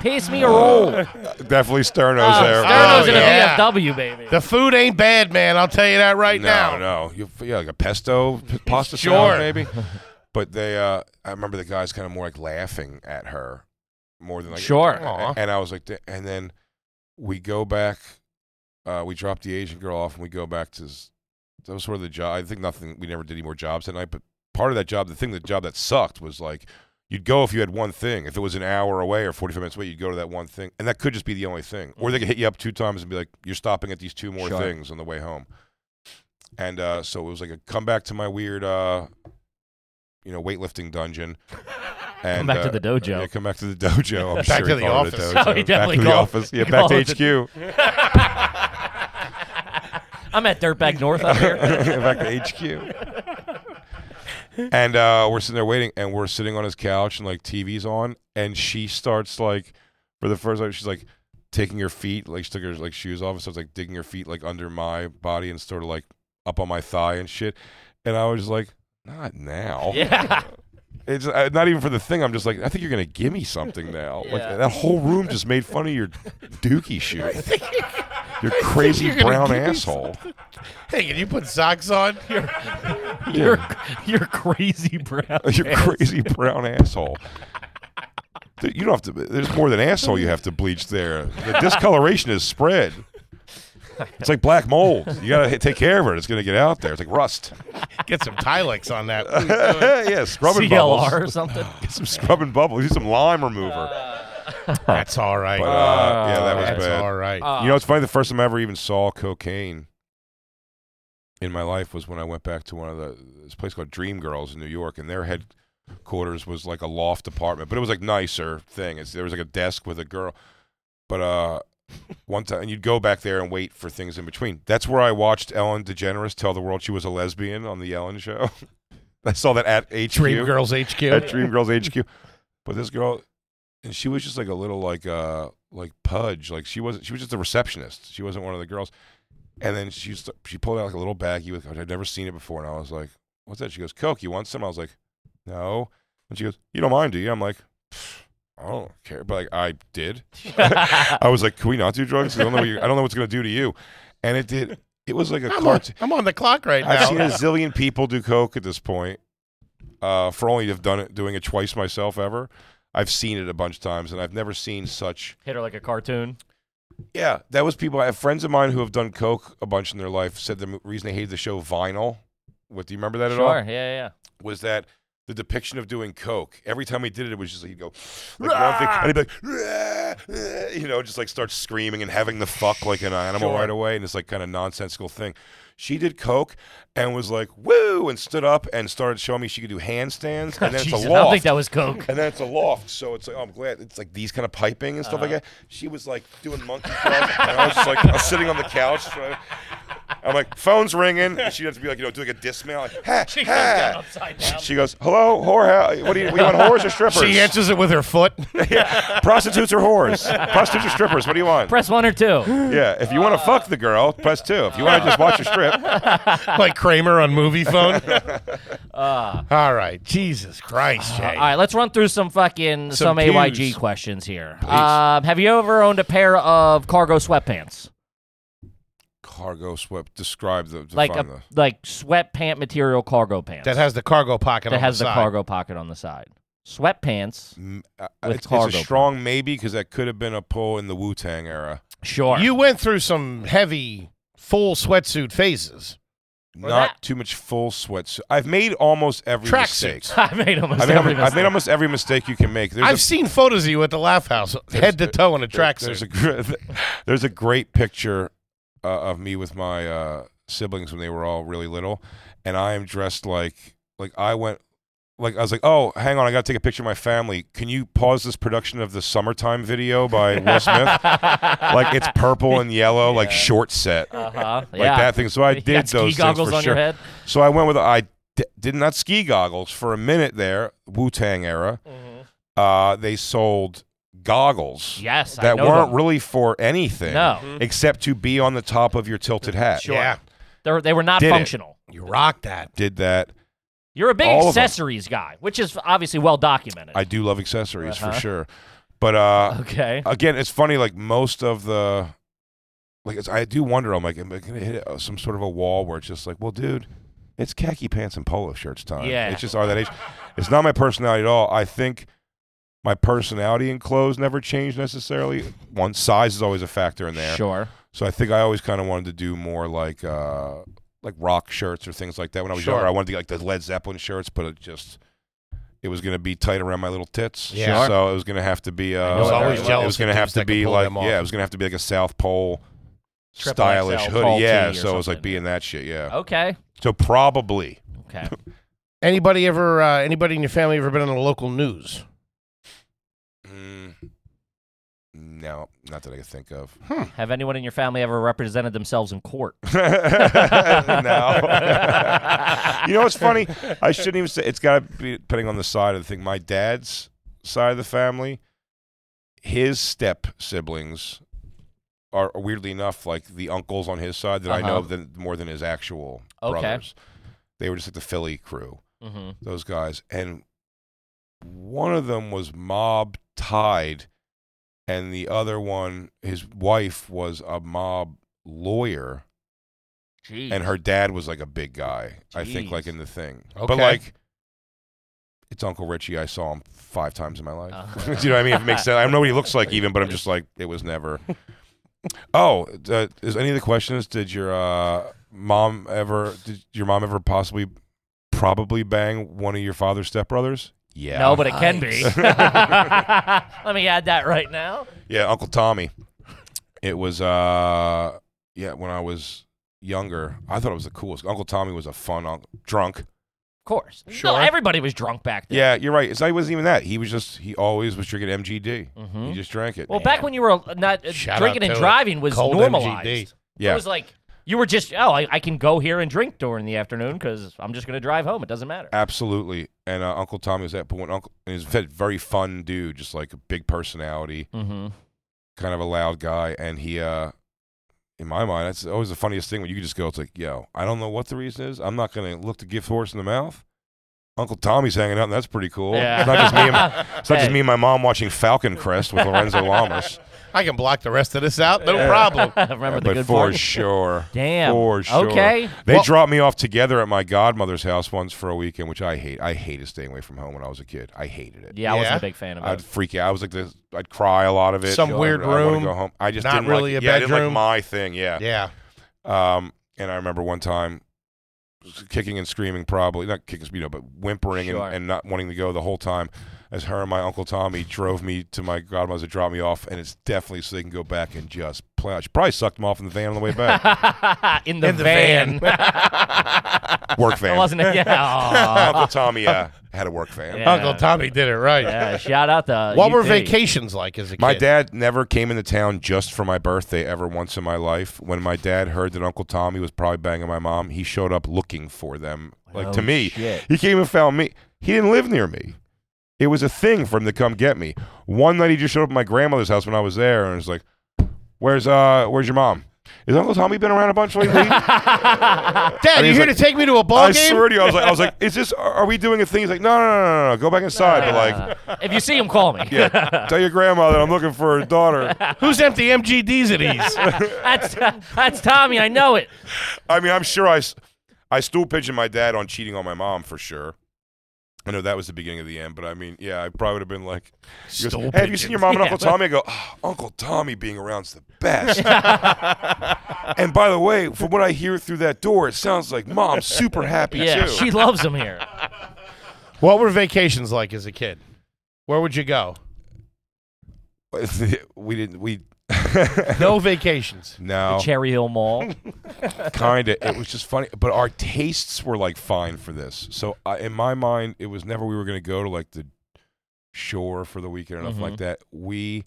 Pace me a Uh, roll. Sternos Definitely Sterno's there. Sterno's in Oh, yeah. a VFW, baby. The food ain't bad, man. I'll tell you that right now. no, no. You, yeah, like a [LAUGHS] pesto p- pasta Sure. salad, [LAUGHS] maybe. But they, uh, I remember the guys kind of more like laughing at her more than like Sure. a- Aw. And I was like, "Da-" and then we go back. Uh, we drop the Asian girl off, and we go back to. s- That was sort of the job. I think nothing. We never did any more jobs that night. But part of that job, the thing, the job that sucked was like. You'd go if you had one thing. If it was an hour away or 45 minutes away, you'd go to that one thing. And that could just be the only thing. Mm-hmm. Or they could hit you up two times and be like, you're stopping at these two more Sure. things on the way home. And uh, so it was like a come back to my weird, uh, you know, weightlifting dungeon. And, Come back to uh, the dojo. Yeah, come back to the dojo. I'm Back sure to the he called it a office. dojo. Oh, he back definitely to the called- office. Yeah, he back called it to [LAUGHS] HQ. I'm at Dirtbag North up [LAUGHS] here. [LAUGHS] back to HQ. And uh, we're sitting there waiting, and we're sitting on his couch, and like TV's on, and she starts like, for the first time, she's like taking her feet, like she took her like shoes off, and starts like digging her feet like under my body and sort of like up on my thigh and shit. And I was like, not now. Yeah. It's uh, not even for the thing. I'm just like, I think you're gonna give me something now. Yeah. Like that whole room just made fun of your dookie shoe, your crazy you're gonna brown give me asshole. [LAUGHS] Hey, can you put socks on? You're- You're, you're crazy, brown. Your [LAUGHS] crazy brown asshole. Th- You don't have to. There's more than asshole you have to bleach there. The discoloration is spread. It's like black mold. You gotta h- take care of it. It's gonna get out there. It's like rust. [LAUGHS] Get some Tilex on that. yeah, scrubbing CLR or bubbles. something. Get some scrubbing bubbles. Use some lime remover. That's all right. But uh, yeah, that was That's bad. all right. uh, You know, it's funny. The first time I ever even saw cocaine in my life was when I went back to one of the this place called Dream Girls in New York, and their headquarters was like a loft apartment, but it was like nicer thing. It's, there was like a desk with a girl, [LAUGHS] but uh, one time and you'd go back there and wait for things in between. That's where I watched Ellen DeGeneres tell the world she was a lesbian on the Ellen Show. [LAUGHS] I saw that at HQ Dream Girls at [LAUGHS] HQ. Dream Girls HQ. But this girl, and she was just like a little like uh like pudge. Like she wasn't. She was just a receptionist. She wasn't one of the girls. And then she st- she pulled out like a little baggie with I'd never seen it before, and I was like, "What's that?" She goes, "Coke. You want some?" I was like, "No." And she goes, "You don't mind, do you?" I'm like, "Pfft, "I don't care," but like I did. I was like, "Can we not do drugs? 'Cause I don't know. What you're, I don't know what's gonna do to you." And it did. It was like a I'm on, cartoon. I'm on the clock right now. I've seen a zillion people do coke at this point. Uh, for only to have done it, doing it twice myself ever. I've seen it a bunch of times, and I've never seen such. Hit her like a cartoon. Yeah, that was people. I have friends of mine who have done coke a bunch in their life. Said the m- reason they hated the show Vinyl. What do you remember that at Sure. all? Yeah, yeah. was that the depiction of doing coke. Every time we did it, it was just like he'd go like one thing, and he'd be like, "Rah, rah," you know, just like start screaming and having the fuck like an animal right away, and it's like kind of nonsensical thing. She did coke and was like, "Woo!" and stood up and started showing me she could do handstands, and then it's Jesus, a I don't think loft. that was [LAUGHS] Coke. And then it's a loft, so it's like, oh, I'm glad. It's like these kind of piping and stuff like Uh-huh. that. She was like doing monkey stuff, and I was just like, I was sitting on the couch. trying- I'm like, phone's ringing. And she'd have to be like, you know, doing a dismount. Like, [LAUGHS] ha, she ha. upside [LAUGHS] She- She goes, "Hello, whorehouse. What do you, we want whores or strippers? She answers it with her foot. [LAUGHS] Prostitutes or whores? [LAUGHS] Prostitutes or strippers? What do you want? Press one or two. yeah, if you want to fuck the girl, press two. If you want to just watch her strip, [LAUGHS] like Kramer on movie phone. All right, Jesus Christ, Jay. All right, let's run through some fucking Some some, cues. AYG questions here. Um, have you ever owned a pair of cargo sweatpants, cargo swept. Describe the like define a, like sweatpant material cargo pants that has the cargo pocket. that on has the, the side. cargo pocket on the side? Sweatpants, the. mm, uh, with it's, it's cargo a strong maybe because that could have been a pull in the Wu Tang era. sure. You went through some heavy, full sweatsuit phases. Well, Not that- too much full sweats. I've made almost every Track mistake. suits. [LAUGHS] I made almost I've every made, almost, I've made mistake. almost every mistake you can make. There's I've a seen photos of you at the Laugh House, head to toe in a There- tracksuit. There's a gr- there's a great picture uh, of me with my uh, siblings when they were all really little, and I am dressed like like I went like I was like, oh, hang on, I got to take a picture of my family. Can you pause this production of the summertime video by Will Smith? like it's purple and yellow, like short [LAUGHS] set. uh-huh. Like that [LAUGHS] thing. So I did those ski goggles things for on sure. your head. So I went with I d- did not ski goggles for a minute there, Wu Tang era. Mm-hmm. Uh, they sold goggles Yes, I that know weren't them. really for anything No. except to be on the top of your tilted hat. Sure. Yeah. They're, they were not Did it. functional. You rock that. Did that. You're a big All of 'em. accessories guy, which is obviously well documented. I do love accessories Uh-huh. for sure. But uh, okay. again, it's funny. Like most of the, like it's, I do wonder. I'm like, am I gonna hit uh, some sort of a wall where it's just like, well, dude, it's khaki pants and polo shirts time. Yeah. it's just are that age. It's not my personality at all. I think my personality and clothes never change necessarily. One size is always a factor in there. Sure. So I think I always kind of wanted to do more like uh like rock shirts or things like that. When I was Sure. younger, I wanted to get like the Led Zeppelin shirts, but it just it was gonna be tight around my little tits. Yeah. Sure. So it was gonna have to be. Uh, I was always it jealous was of gonna dudes have to that could be pull like them off. yeah, it was gonna have to be like a South Pole Triple stylish XL, tall hoodie. Yeah. tee or So it was like something. being that shit. Oh. Yeah. Okay. So probably [LAUGHS] Okay. Anybody ever? Uh, anybody in your family ever been on the local news? mm, no, not that I could think of. [LAUGHS] Have anyone in your family ever represented themselves in court? [LAUGHS] [LAUGHS] no. you know what's funny? I shouldn't even say it's got to be depending on the side of the thing. My dad's side of the family, his step siblings are weirdly enough like the uncles on his side that I know Uh-huh. than, more than his actual Okay. brothers. They were just like the Philly crew, hmm those guys, and one of them was mob tied, and the other one, his wife was a mob lawyer Jeez. and her dad was like a big guy. I think like Jeez. in the thing, Okay. but like it's Uncle Richie. I saw him five times in my life. Uh-huh. [LAUGHS] Do you know what I mean? If it makes sense. I don't know what he looks like even, but I'm just like it was never. Oh, uh, is any of the questions? Did your uh, mom ever? Did your mom ever possibly, probably bang one of your father's stepbrothers? Yeah. no, but it can be. [LAUGHS] Let me add that right now. Yeah, Uncle Tommy. It was uh yeah, when I was younger, I thought it was the coolest. Uncle Tommy was a fun uncle, drunk. Of course. No, Sure. everybody was drunk back then. Yeah, you're right. It's not, it wasn't even that. He was just he always was drinking MGD. He just drank it. Mm-hmm. Well, back when you were uh, not uh, Shout out drinking and to driving was Cold normalized. MGD. It yeah, was like you were just oh I, I can go here and drink during the afternoon because I'm just gonna drive home. It doesn't Uh, matter. absolutely. And uh, Uncle Tommy was that. But when Uncle and he's a very fun dude, just like a big personality, Mm-hmm. kind of a loud guy, and he uh in my mind, that's always the funniest thing when you can just go, it's like, yo, I don't know what the reason is. I'm not going to look the gift horse in the mouth. Uncle Tommy's hanging out, and that's pretty cool. Yeah. It's not just me. [LAUGHS] And, my- it's not Hey. just me and my mom watching Falcon Crest with [LAUGHS] Lorenzo Lamas, I can block the rest of this out, no problem. Remember the but good for part? sure, [LAUGHS] Damn. for sure. Okay. They Well- dropped me off together at my godmother's house once for a weekend, which I hate. I hated staying away from home when I was a kid. I hated it. Yeah, I wasn't Yeah. a big fan of I'd it. freak out. I was like this. I'd cry a lot of it. Some You know, weird I, I wanna room. go home. I just Not didn't really like, it. a yeah, I didn't like bedroom. my thing. Yeah. Yeah. Um, and I remember one time kicking and screaming, probably not kicking, you know, but whimpering Sure. and, and not wanting to go the whole time. As her and my uncle Tommy drove me to my godmother's to drop me off, and it's definitely so they can go back and just play. I should probably sucked them off in the van on the [LAUGHS] way [LAUGHS] back. in the In the van. van. [LAUGHS] work van. I wasn't [LAUGHS] a, yeah. Oh, [LAUGHS] aw. Uncle Tommy uh, had a work van. Yeah. Uncle Tommy did it right. Yeah, shout out to What were UT. vacations like as a kid? My dad never came into town just for my birthday ever once in my life. When my dad heard that Uncle Tommy was probably banging my mom, he showed up looking for them. Like Oh, to me, shit. he came and found me. He didn't live near me. It was a thing for him to come get me. One night he just showed up at my grandmother's house when I was there and was like, "Where's uh, where's your mom? Is Uncle Tommy been around a [LAUGHS] bunch lately?" Dad, And you he's here like, to take me to a ball I game? swear to you, I was like, I was like, "Is this? Are we doing a thing?" He's like, "No, no, no, no, no. Go back inside." But like, [LAUGHS] Uh, if you see him, call me. [LAUGHS] yeah, tell your grandma that I'm looking for her daughter. Who's empty MGDs at these? that's that's Tommy. I know [LAUGHS] it. I mean, I'm sure I, s- I stool pigeon my dad on cheating on my mom for sure. I know that was the beginning of the end, but I mean, yeah, I probably would have been like, he goes, Stool "Hey, have you pigeon." seen your mom and Yeah, Uncle Tommy? I go, "Ah, Uncle Tommy being around's the best. and by the way, from what I hear through that door, it sounds like mom's super happy Yeah, too. she loves him [LAUGHS] here. [LAUGHS] what were vacations like as a kid? Where would you go? [LAUGHS] we didn't. We No vacations. no. Cherry Hill [LAUGHS] Mall. kind of it was just funny but our tastes were like fine for this so I, in my mind it was never we were going to go to like the shore for the weekend or nothing Mm-hmm. like that we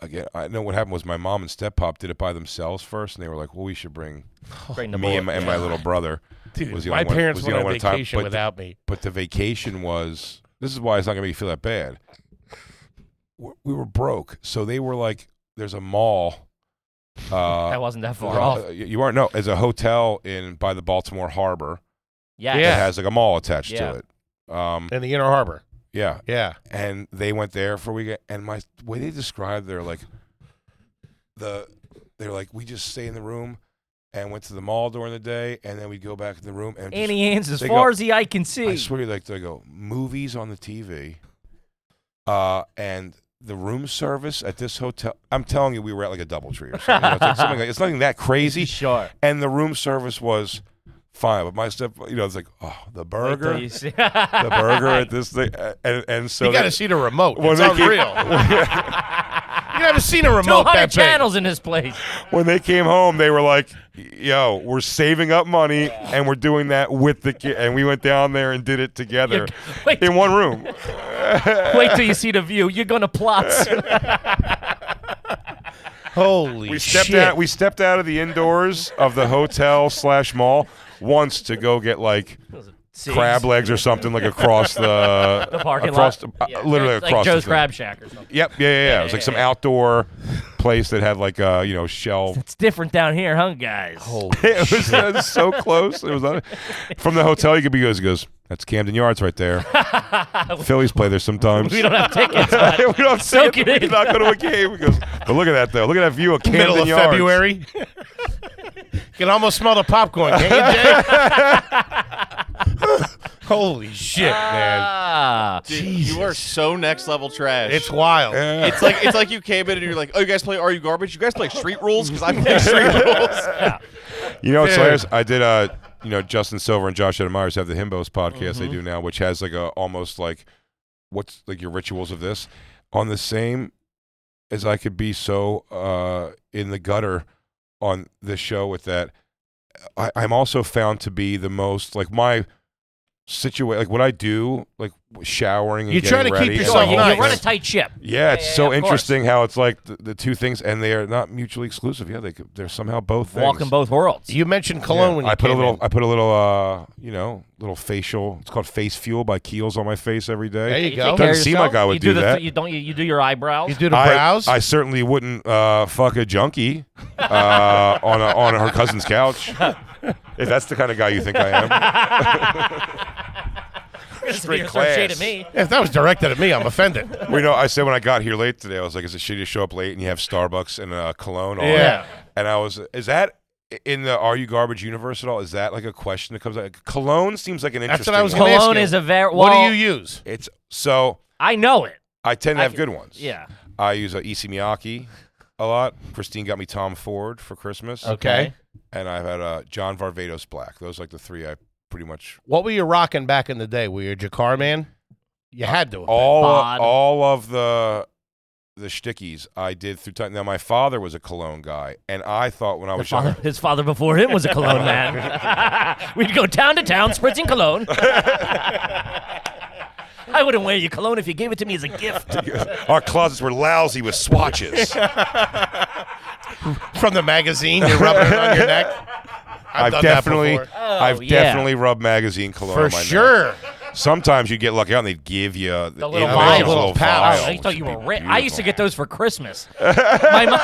again i know what happened was my mom and step pop did it by themselves first and they were like well we should bring Great in the me and my, bullet. and my little brother Dude, Was the my only one- parents was the went on only one time- vacation but- without me. but the vacation was this is why it's not gonna make you feel that bad. W- We were broke, so they were like, "There's a mall." Uh, That wasn't that far uh, off. y- You aren't no. It's a hotel in by the Baltimore Harbor. Yeah. It Yeah. has like a mall attached Yeah. to it. Um, In the Inner Harbor. yeah, Yeah. and they went there for a weekend. And my the way they described, they're like, the they're like, we just stay in the room and went to the mall during the day, and then we'd go back to the room and just Annie Ann's as They far go- as the eye can see. I swear to you, like they go movies on the TV, uh, and the room service at this hotel. I'm telling you, we were at like a DoubleTree or something. You know, it's, like something like, it's nothing that crazy. Sure. And the room service was fine, but my step, you know, it's like oh, the Wait till burger, you the see- burger at this thing, uh, and and so you got to they- see the remote. Well, it's they unreal. [LAUGHS] keep- you haven't seen a [LAUGHS] remote that big. 200 channels in this place. when they came home, they were like, "Yo, we're saving up money, and we're doing that with the kid." And we went down there and did it together Wait, in one room. wait till you see the view. You're gonna [LAUGHS] plots. [LAUGHS] Holy We stepped shit. out. We stepped out of the indoors of the hotel slash mall once to go get like See? crab legs or something like across the, The parking across lot. the- uh, Yeah, literally it's across like Joe's the thing. Crab Shack or something. Yep. Yeah, yeah, yeah. It was like some outdoor place that had like a you know shell. It's different down here, huh, guys? it, was, it was so close. It was not, from the hotel. You could be goes he goes. That's Camden Yards right [LAUGHS] there. Phillies play there sometimes. We don't have tickets. but- [LAUGHS] we don't say Soak it we in. not go to a game. He goes, but look at that though. Look at that view of Camden middle of Yards. [LAUGHS] February. you can almost smell the popcorn, can't you, [LAUGHS] Jay? Holy shit, Uh, man. Ah. Dude, you are so next level trash. It's wild. Yeah. It's like it's like you came in and you're like, oh, you guys play Are You Garbage? You guys play Street Rules because I [LAUGHS] play [LAUGHS] Street Rules. You know what's Dude. hilarious? I did uh you know, Justin Silver and Josh Adam Myers have the Himbos podcast Mm-hmm. they do now, which has like a almost like what's like your rituals of this on the same as I could be so uh in the gutter on this show with that. I, I'm also found to be the most like my situation, like what I do, like showering. And You try getting to keep ready and yourself all you, that nice. you run a stuff. tight ship. Yeah, it's yeah, so of course. interesting how it's like the, the two things, and they are not mutually exclusive. Yeah, they could- they're somehow both things. Walk in both worlds. You mentioned Yeah, cologne when you I put a came little. in. I put a little. uh You know, little facial. It's called face fuel by Kiehl's on my face every day. There you take go. care of Doesn't seem yourself. like I would you do the, that. You don't. You, you do your eyebrows. [LAUGHS] You do the I- brows. I, certainly wouldn't uh, fuck a junkie uh, on a, on her [LAUGHS] cousin's couch. if that's the kind of guy you think I am, straight You're throwing shade at class. me. if that was directed at me, I'm offended. well, you know, I said when I got here late today, I was like, "Is it shitty to show up late and you have Starbucks and uh, cologne on?" Yeah. And I was, "Is that in the Are You Garbage universe at all? Is that like a question that comes out? Cologne seems like an That's interesting. what I was one. gonna ask Cologne you. is a very. Well, what do you use? It's so I know it. I tend to I have c- good ones. Yeah. I use uh, Issey Miyake a lot. Christine got me Tom Ford for Christmas. Okay. And I've had uh, John Varvatos Black. Those are like the three I pretty much What were you rocking back in the day? Were you a Jakar man? You had to. have been. all Bod. all of the the shtickies I did through time. Now my father was a cologne guy, and I thought when I The was father, younger, his father before him was a [LAUGHS] cologne man. [LAUGHS] We'd go town to town [LAUGHS] spritzing cologne. I wouldn't wear your cologne if you gave it to me as a gift. [LAUGHS] our closets were lousy [LAUGHS] with swatches. from the magazine. You're rubbing it on your neck. I've, I've done definitely, that before. I've Oh, yeah. definitely rubbed magazine cologne for on my neck. sure. Sometimes you get lucky out and they'd give you the, The little individual vials. little Pouch. vial, I which thought you would were be rich. I used to beautiful. get those for [LAUGHS] Christmas. my, mom,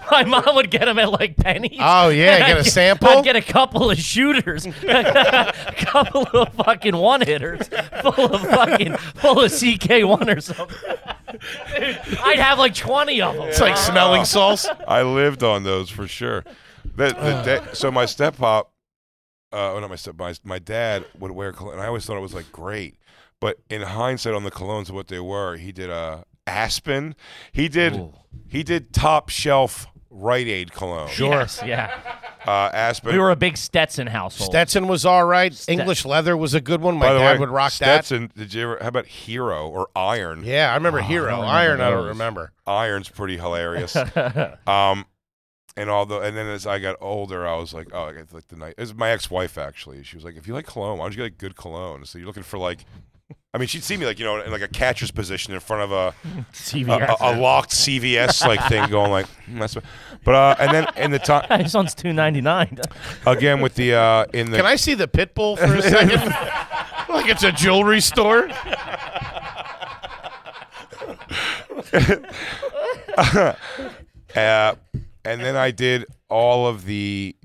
[LAUGHS] my mom would get them at like pennies. Oh, yeah, And get [LAUGHS] I'd a sample? I'd get a couple of shooters, [LAUGHS] a couple of fucking one hitters, [LAUGHS] full of fucking full of CK one or something. [LAUGHS] Dude, I'd have like twenty of them. It's like smelling salts. [LAUGHS] I lived on those for sure. [SIGHS] The, the day, so my step pop, uh, oh, not my step, my, my dad would wear cologne, and I always thought it was like great. But in hindsight, on the colognes of what they were, he did uh, Aspen. He did he did top shelf Rite Aid cologne. [LAUGHS] Yes, yeah. Uh, Aspen. We were a big Stetson household. Stetson was all right. English leather was a good one. My by the dad way, would rock Stetson, Oh, Did you ever? How about Hero or Iron? that. Yeah, I remember Hero. Iron, I don't those. remember. Iron's pretty hilarious. um, and although, and then as I got older, I was like, oh, I got like the night. It was my ex-wife actually. She was like, if you like cologne, why don't you get like good cologne? So you're looking for like, I mean, she'd see me like you know in like a catcher's position in front of a a, CVS. a, a locked CVS like thing, going like, hmm, that's. But uh, and then in the time [LAUGHS] this one's two ninety nine. again with the uh in the Can I see the pit bull [LAUGHS] for a second? like it's a jewelry store. Uh, and then I did all of the,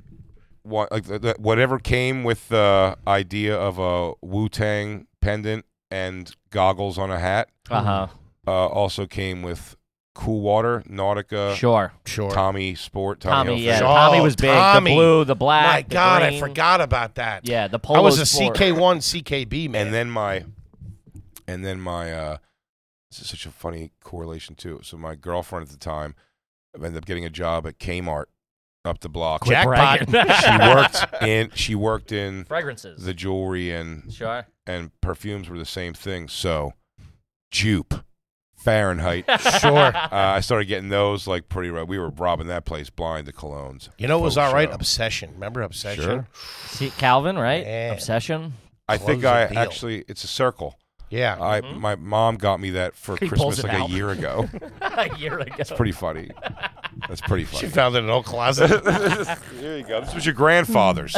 what, like the, the- whatever came with the idea of a Wu Tang pendant and goggles on a hat. Uh huh. Uh, also came with Cool Water, Nautica, Sure. Sure. Tommy Sport, Tommy, Tommy, Hilfiger. yeah. Sure. Tommy was big. Oh, Tommy. The blue, the black. My the God, I green. forgot about that. Yeah, the polo. I was a sport. CK1, CKB man. and then my and then my uh this is such a funny correlation too so my girlfriend at the time ended up getting a job at kmart up the block Quit Jackpot. bragging. she [LAUGHS] worked in she worked in Fragrances. the jewelry and sure. and perfumes were the same thing so jupe [LAUGHS] fahrenheit [LAUGHS] sure. uh, i started getting those like pretty right we were robbing that place blind the colognes You know what was Faux all right? show. Obsession. Remember Obsession? Sure. See, Calvin, right? Man. [LAUGHS] Obsession. i Close think the i deal. actually it's a circle Yeah. i my mom got me that for Mm-hmm. [LAUGHS] He pulls christmas it like out. a [LAUGHS] year ago a year ago. pretty funny. That's pretty she funny. found it in an old closet. there you go. [LAUGHS] This was [LAUGHS] your grandfather's.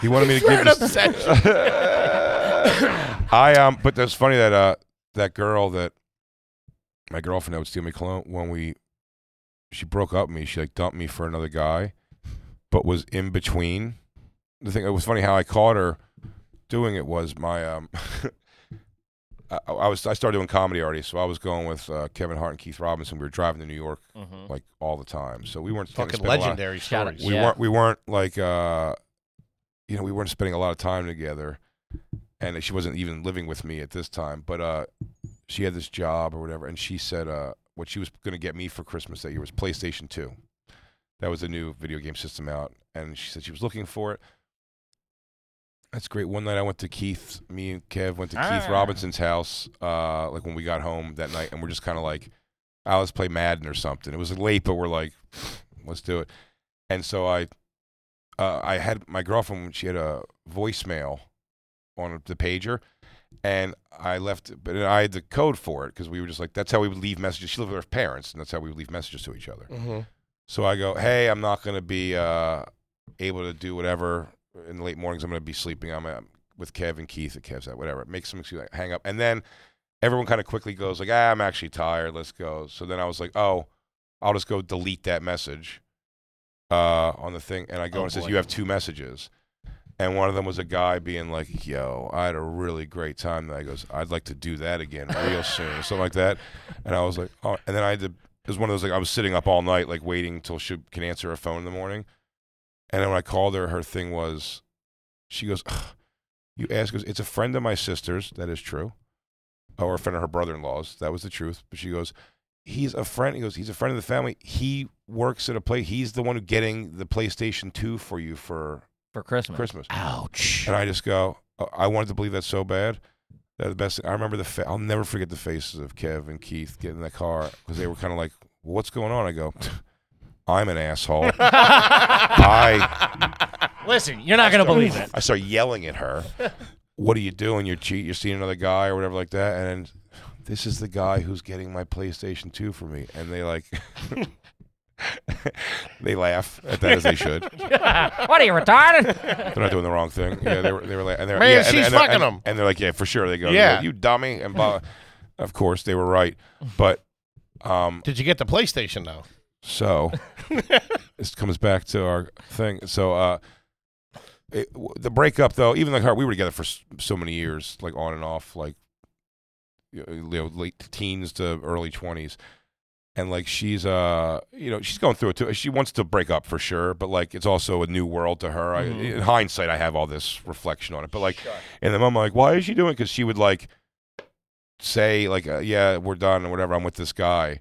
he wanted me to give this. Obsession. [LAUGHS] I um, but that's funny that uh, that girl that my girlfriend that would steal me cologne when we, she broke up with me. She like dumped me for another guy, but was in between. The thing it was funny how I caught her doing it was my um. [LAUGHS] I, I was I started doing comedy already, so I was going with uh, Kevin Hart and Keith Robinson. We were driving to New York like all the time, so we weren't getting to Fucking spend a lot- legendary Shout out. stories. we Yeah. weren't we weren't like uh you know we weren't spending a lot of time together and she wasn't even living with me at this time but uh she had this job or whatever and she said uh what she was going to get me for christmas that year was playstation 2 that was a new video game system out and she said she was looking for it that's great one night i went to keith me and kev went to keith Ah. robinson's house uh like when we got home that night and we're just kind of like ah, let's [SNIFFS] play madden or something it was late but we're like let's do it and so I uh, I had my girlfriend. She had a voicemail on the pager, and I left. But I had the code for it because we were just like that's how we would leave messages. She lived with her parents, and that's how we would leave messages to each other. Mm-hmm. So I go, hey, I'm not going to be uh, able to do whatever in the late mornings. I'm going to be sleeping. I'm uh, with Kev and Keith at Kev's at whatever. Make some excuse, like, hang up, and then everyone kind of quickly goes like, ah, I'm actually tired. Let's go. So then I was like, oh, I'll just go delete that message uh, on the thing, and I go Oh, and it says boy. you have two messages. And one of them was a guy being like, "Yo, I had a really great time." And I goes, "I'd like to do that again real soon," or something like that. And I was like, "Oh!" And then I had to it was one of those like I was sitting up all night, like waiting till she can answer her phone in the morning. And then when I called her, her thing was, she goes, "Ugh, "You ask, goes, it's a friend of my sister's. That is true, or a friend of her brother-in-law's. That was the truth." But she goes, "He's a friend." He goes, "He's a friend of the family. He works at a place. He's the one who getting the PlayStation Two for you for for Christmas. Christmas." Ouch. And I just go, "Oh, I wanted to believe that so bad. That the best. I remember the. Fa- I'll never forget the faces of Kev and Keith getting in the car because they were kind of like, "What's going on?" I go, "I'm an asshole." I Listen, you're not gonna believe it. I start yelling at her. What are you doing? You're cheating. You're seeing another guy or whatever like that. And then, this is the guy who's getting my PlayStation 2 for me. And they like. [LAUGHS] they laugh at that as they should. [LAUGHS] What are you [LAUGHS] retarded? They're not doing the wrong thing. Yeah, they were. They were like, and they're, Man, yeah, and- she's and they're- fucking and- 'em. And they're like, yeah, for sure. They go, Yeah. yeah, you dummy. And [LAUGHS] blah. of course, they were right. But um, Did you get the PlayStation though? so this comes back to our thing. So uh, it, w- the breakup, though, even like her, we were together for s- so many years, like on and off, like uh, you know, late teens to early twenties, and like she's uh, you know, she's going through it too. She wants to break up for sure, but like it's also a new world to her. I, in hindsight, I have all this reflection on it, but like in the moment, I'm like, why is she doing? Because she would like say like, uh, yeah, we're done or whatever. I'm with this guy,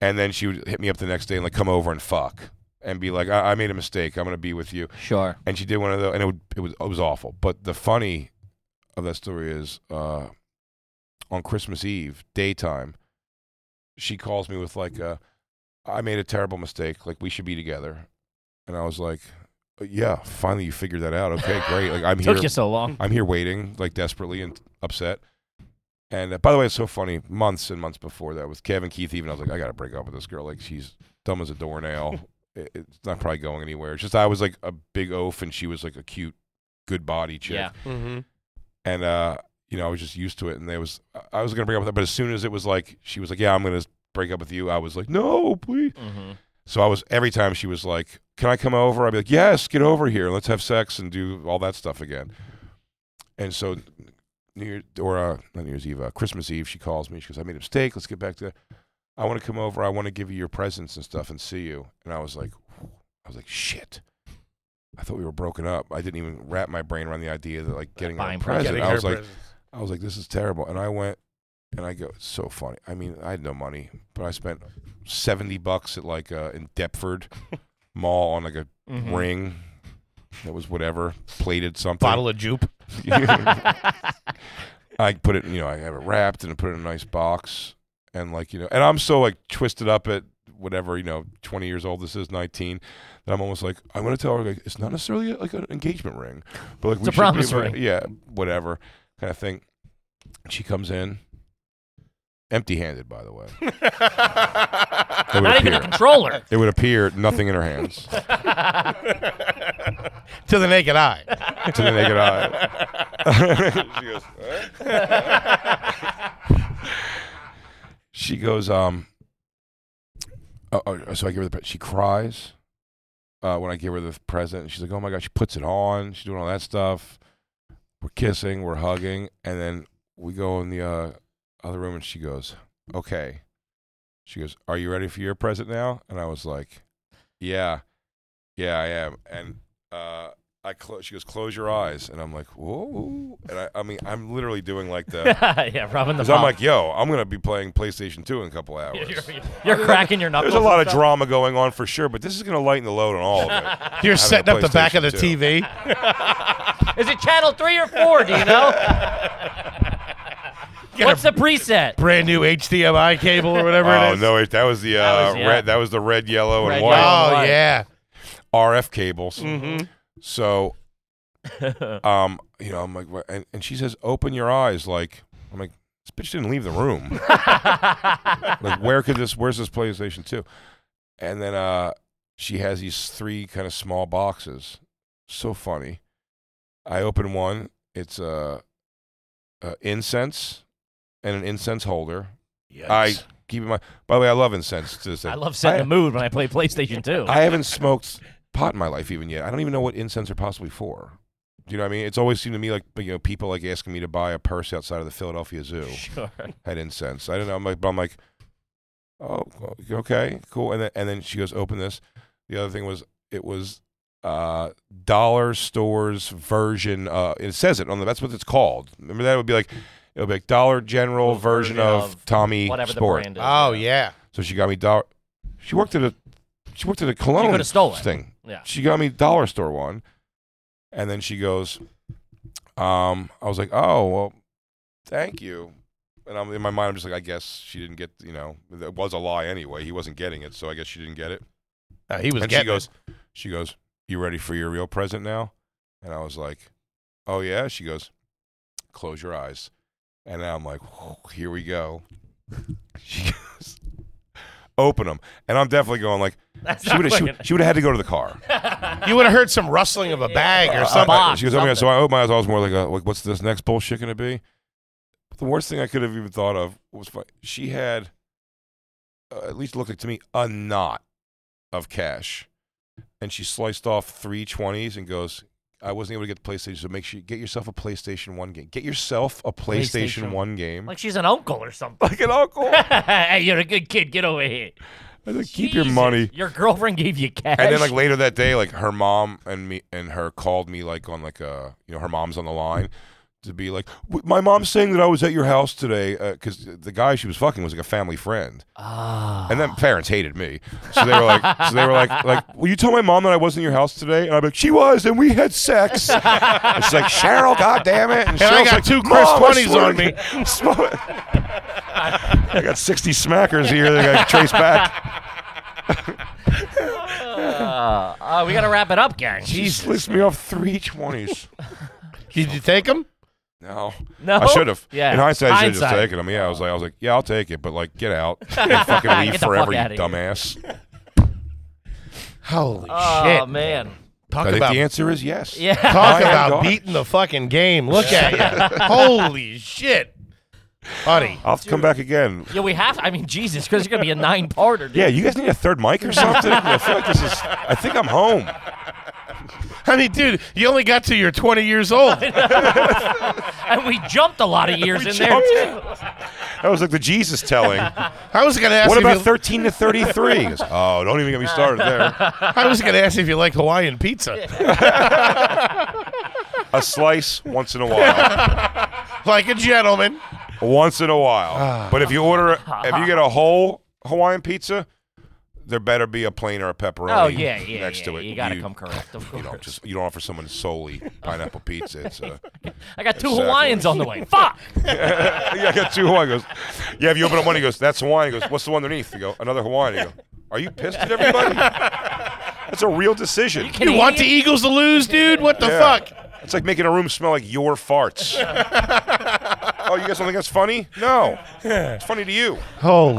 and then she would hit me up the next day and like come over and fuck and be like, I, I made a mistake. I'm gonna be with you Sure. and she did one of those, and it, would, it was it was awful. But the funny of that story is, uh, on Christmas Eve daytime, she calls me with like, uh, "I made a terrible mistake. Like we should be together," and I was like, "Yeah, finally you figured that out. Okay, great. Like I'm here. Took you so long. I'm here waiting, like desperately and upset." And uh, by the way, it's so funny. Months and months before that, with Kevin Keith, even I was like, "I got to break up with this girl. Like she's dumb as a doornail." it- it's not probably going anywhere. It's just I was like a big oaf and she was like a cute, good body chick. Yeah. Mm-hmm. And uh, you know, I was just used to it and there was I- I was gonna break up with her, but as soon as it was like she was like, Yeah, I'm gonna break up with you, I was like, No, please. Mm-hmm. So I was every time she was like, Can I come over? I'd be like, Yes, get over here, let's have sex and do all that stuff again. And so New Year or uh, not New Year's Eve, uh, Christmas Eve, she calls me, she goes, I made a mistake, let's get back to I want to come over. I want to give you your presents and stuff and see you. And I was like, I was like, shit. I thought we were broken up. I didn't even wrap my brain around the idea that like getting her a Buying present. presents. I was like, I was like, this is terrible. And I went and I go, it's so funny. I mean, I had no money, but I spent seventy bucks at like uh, in Deptford Mall on like a Mm-hmm. ring that was whatever plated something. bottle of jupe. [LAUGHS] I put it, you know, I have it wrapped and put it in a nice box. And like, you know, and I'm so like twisted up at whatever, you know, 20 years old, this is 19, that I'm almost like, I'm going to tell her, like, it's not necessarily like an engagement ring, but like, It's a should be promise able to- ring. Yeah, whatever kind of thing. She comes in empty handed, [LAUGHS] by the way. it would Not even a appear. [LAUGHS] controller. It would appear nothing in her hands to to the naked eye. [LAUGHS] the naked eye. she goes, she goes um oh, oh, so i give her the pre- she cries uh, when i give her the present she's like oh my god she puts it on she's doing all that stuff we're kissing we're hugging and then we go in the uh, other room and she goes okay she goes are you ready for your present now and i was like yeah yeah i am and uh I close. She goes, "Close your eyes," and I'm like, "Whoa!" And I, I mean, I'm literally doing [LAUGHS] like the [LAUGHS] yeah, rubbing the because I'm palm. [LAUGHS] like, yo, I'm gonna be playing PlayStation 2 in a couple hours. [LAUGHS] You're [LAUGHS] cracking your knuckles. There's a lot and of drama going on for sure, but this is gonna lighten the load on all of it. You're setting up the back of the PlayStation too. TV. stuff. Is it channel three or four? Do you [LAUGHS] know? Get What's a the preset? brand new HDMI cable or whatever Oh it is. no, wait, that was the uh, That was- yeah. red. That was the red, yellow, Mm-hmm. Red, and Oh white yellow. Why? yeah. RF cables. So, um, you know, I'm like, "What?" and, and she says, "Open your eyes." Like, I'm like, this bitch didn't leave the room. [LAUGHS] like, where could this? Where's this PlayStation Two? And then uh, she has these three kind of small boxes. So funny. I open one. It's uh, uh, incense and an incense holder. I keep in mind. By the way, I love incense to this day. I love setting the mood when I play PlayStation 2. [LAUGHS] I haven't smoked pot in my life even yet. I don't even know what incense are possibly for. Do you know what I mean? It's always seemed to me like you know people like asking me to buy a purse outside of the Philadelphia Zoo sure. had incense. I don't know. I'm like, but I'm like, oh, okay, cool. And then and then she goes, open this. The other thing was it was uh dollar stores version uh it says it on the that's what it's called remember that it would be like it would be like dollar general Well, version, of, tommy Whatever sport the brand is. Oh yeah. so she got me dollar. She worked at a she worked at a cologne could've stolen. thing. Yeah. She got me dollar store one, and then she goes, um, I was like, oh well, thank you. And I'm in my mind, I'm just like, I guess she didn't get. You know, it was a lie anyway. He wasn't getting it, so I guess she didn't get it. Uh, he was And she getting goes, she goes, you ready for your real present now? And I was like, oh yeah. She goes, close your eyes. And now I'm like, here we go. [LAUGHS] She goes, open them. And I'm definitely going like, That's [LAUGHS] she not would have she, clicking. would- she would have had to go to the car. it. You would have heard some rustling of a bag or I- I- something. box, she goes, oh my God. So I opened my eyes. I was more like, uh like, what's this next bullshit going to be? But the worst thing I could have even thought of was fu- she had, uh, at least looked like to me, a knot of cash. And she sliced off three 20s and goes, I wasn't able to get the PlayStation. So make sure you get yourself a PlayStation 1 game. Get yourself a PlayStation, PlayStation. 1 game. Like she's an uncle or something. [LAUGHS] [LAUGHS] Like [LAUGHS] an uncle. I hey, you're a good kid. Get over here. was like, keep your Jesus. money. Your girlfriend gave you cash. And [LAUGHS] then like later that day, like her mom and me and her called me like on like a you know her mom's on the line to be like "W- my mom's saying that I was at your house today because the guy she was fucking was like a family friend Ah. and then parents hated me so they were like so they were like like will you tell my mom that I wasn't at your house today and I'm like she was and we had sex it's like Cheryl god damn it and, I Cheryl's got like, two Chris "Mom, I 20s swear on to me." God, swear [LAUGHS] to- I got 60 smackers here that I got to trace back Uh, uh, we got to wrap it up, gang. she slicks me off three 20s Did you take him? No. No? I should have. Yeah. In hindsight, I should have just Hindsight. taken him. Yeah, I was like, I was like, yeah, I'll take it, but like, get [LAUGHS] out, and Get fucking the leave forever, fuck you outta here. dumbass. Holy oh, shit! man. I Talk think about the answer is yes. Yeah. talk I am about garbage. beating the fucking game. Look at you. [LAUGHS] Holy shit, buddy. I'll come back again. Yeah, we have. I mean, Jesus, because it's gonna be a nine-parter. Dude. Yeah, you guys need a third [LAUGHS] mic or something. I feel like this is. I think I'm home. I mean, dude, you only got to you're 20 years old. and we jumped a lot of years [LAUGHS] We in there too. jumped. That was like the [LAUGHS] Jesus telling. I was gonna ask. What if about you, 13 to 33? He goes, oh, don't even get me started there. I was gonna ask if you like Hawaiian pizza, A slice once in a while. like a gentleman. Once in a while. But if you order, if you get a whole Hawaiian pizza, there better be a plain or a pepperoni Oh yeah, yeah, next yeah. to it. You gotta come correct. Of course. [LAUGHS] you know, [LAUGHS] just you don't offer someone solely pineapple pizza. It's uh, [LAUGHS] I got two Exactly. Hawaiians on the way. Fuck. yeah, I got two Hawaiian. He Goes, yeah. If you open up one, he goes, "That's Hawaiian." He goes, "What's the one underneath?" You go, "Another Hawaiian." You go, "Are you pissed [LAUGHS] at everybody?" That's a real decision. You want the Eagles to lose, dude? What the Yeah. fuck? It's like making a room smell like your [LAUGHS] farts. oh, you guys don't think that's funny? No, it's funny to you. Holy Oh,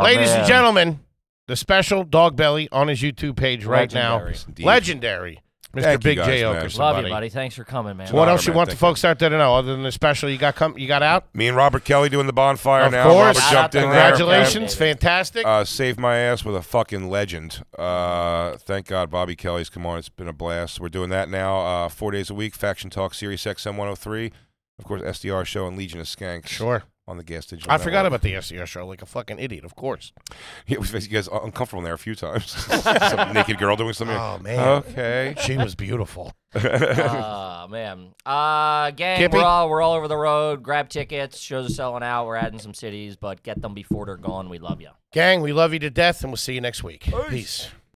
shit. Ladies and man. gentlemen, the special Dog Belly on his YouTube page right Legendary. now. Indeed. Legendary. Mr. Thank you Big guys, J man. Okerson, Love you, buddy. Thanks for coming, man. What Honor, else you man. want the Thank folks out there to know other than the special you got come you got out? Me and Robert Kelly doing the bonfire Of now. course. Robert jumped in there. Congratulations. Fantastic. uh, saved my ass with a fucking legend. Uh, thank God Bobby Kelly's come on. It's been a blast. We're doing that now uh, four days a week. Faction Talk, Sirius XM 103. Of course, SDR Show and Legion of Skanks sure. on the Gas Digital I forgot about Network. the SCR show like a fucking idiot, of course. [LAUGHS] Yeah, we- you guys are uncomfortable in there a few times. [LAUGHS] Some naked girl doing something. Oh, man. Okay. She was beautiful. Oh man. Uh, gang, Kippy? we're all we're all over the road. Grab tickets. Shows are selling out. We're adding some cities, but get them before they're gone. We love you. Gang, we love you to death and we'll see you next week. Peace.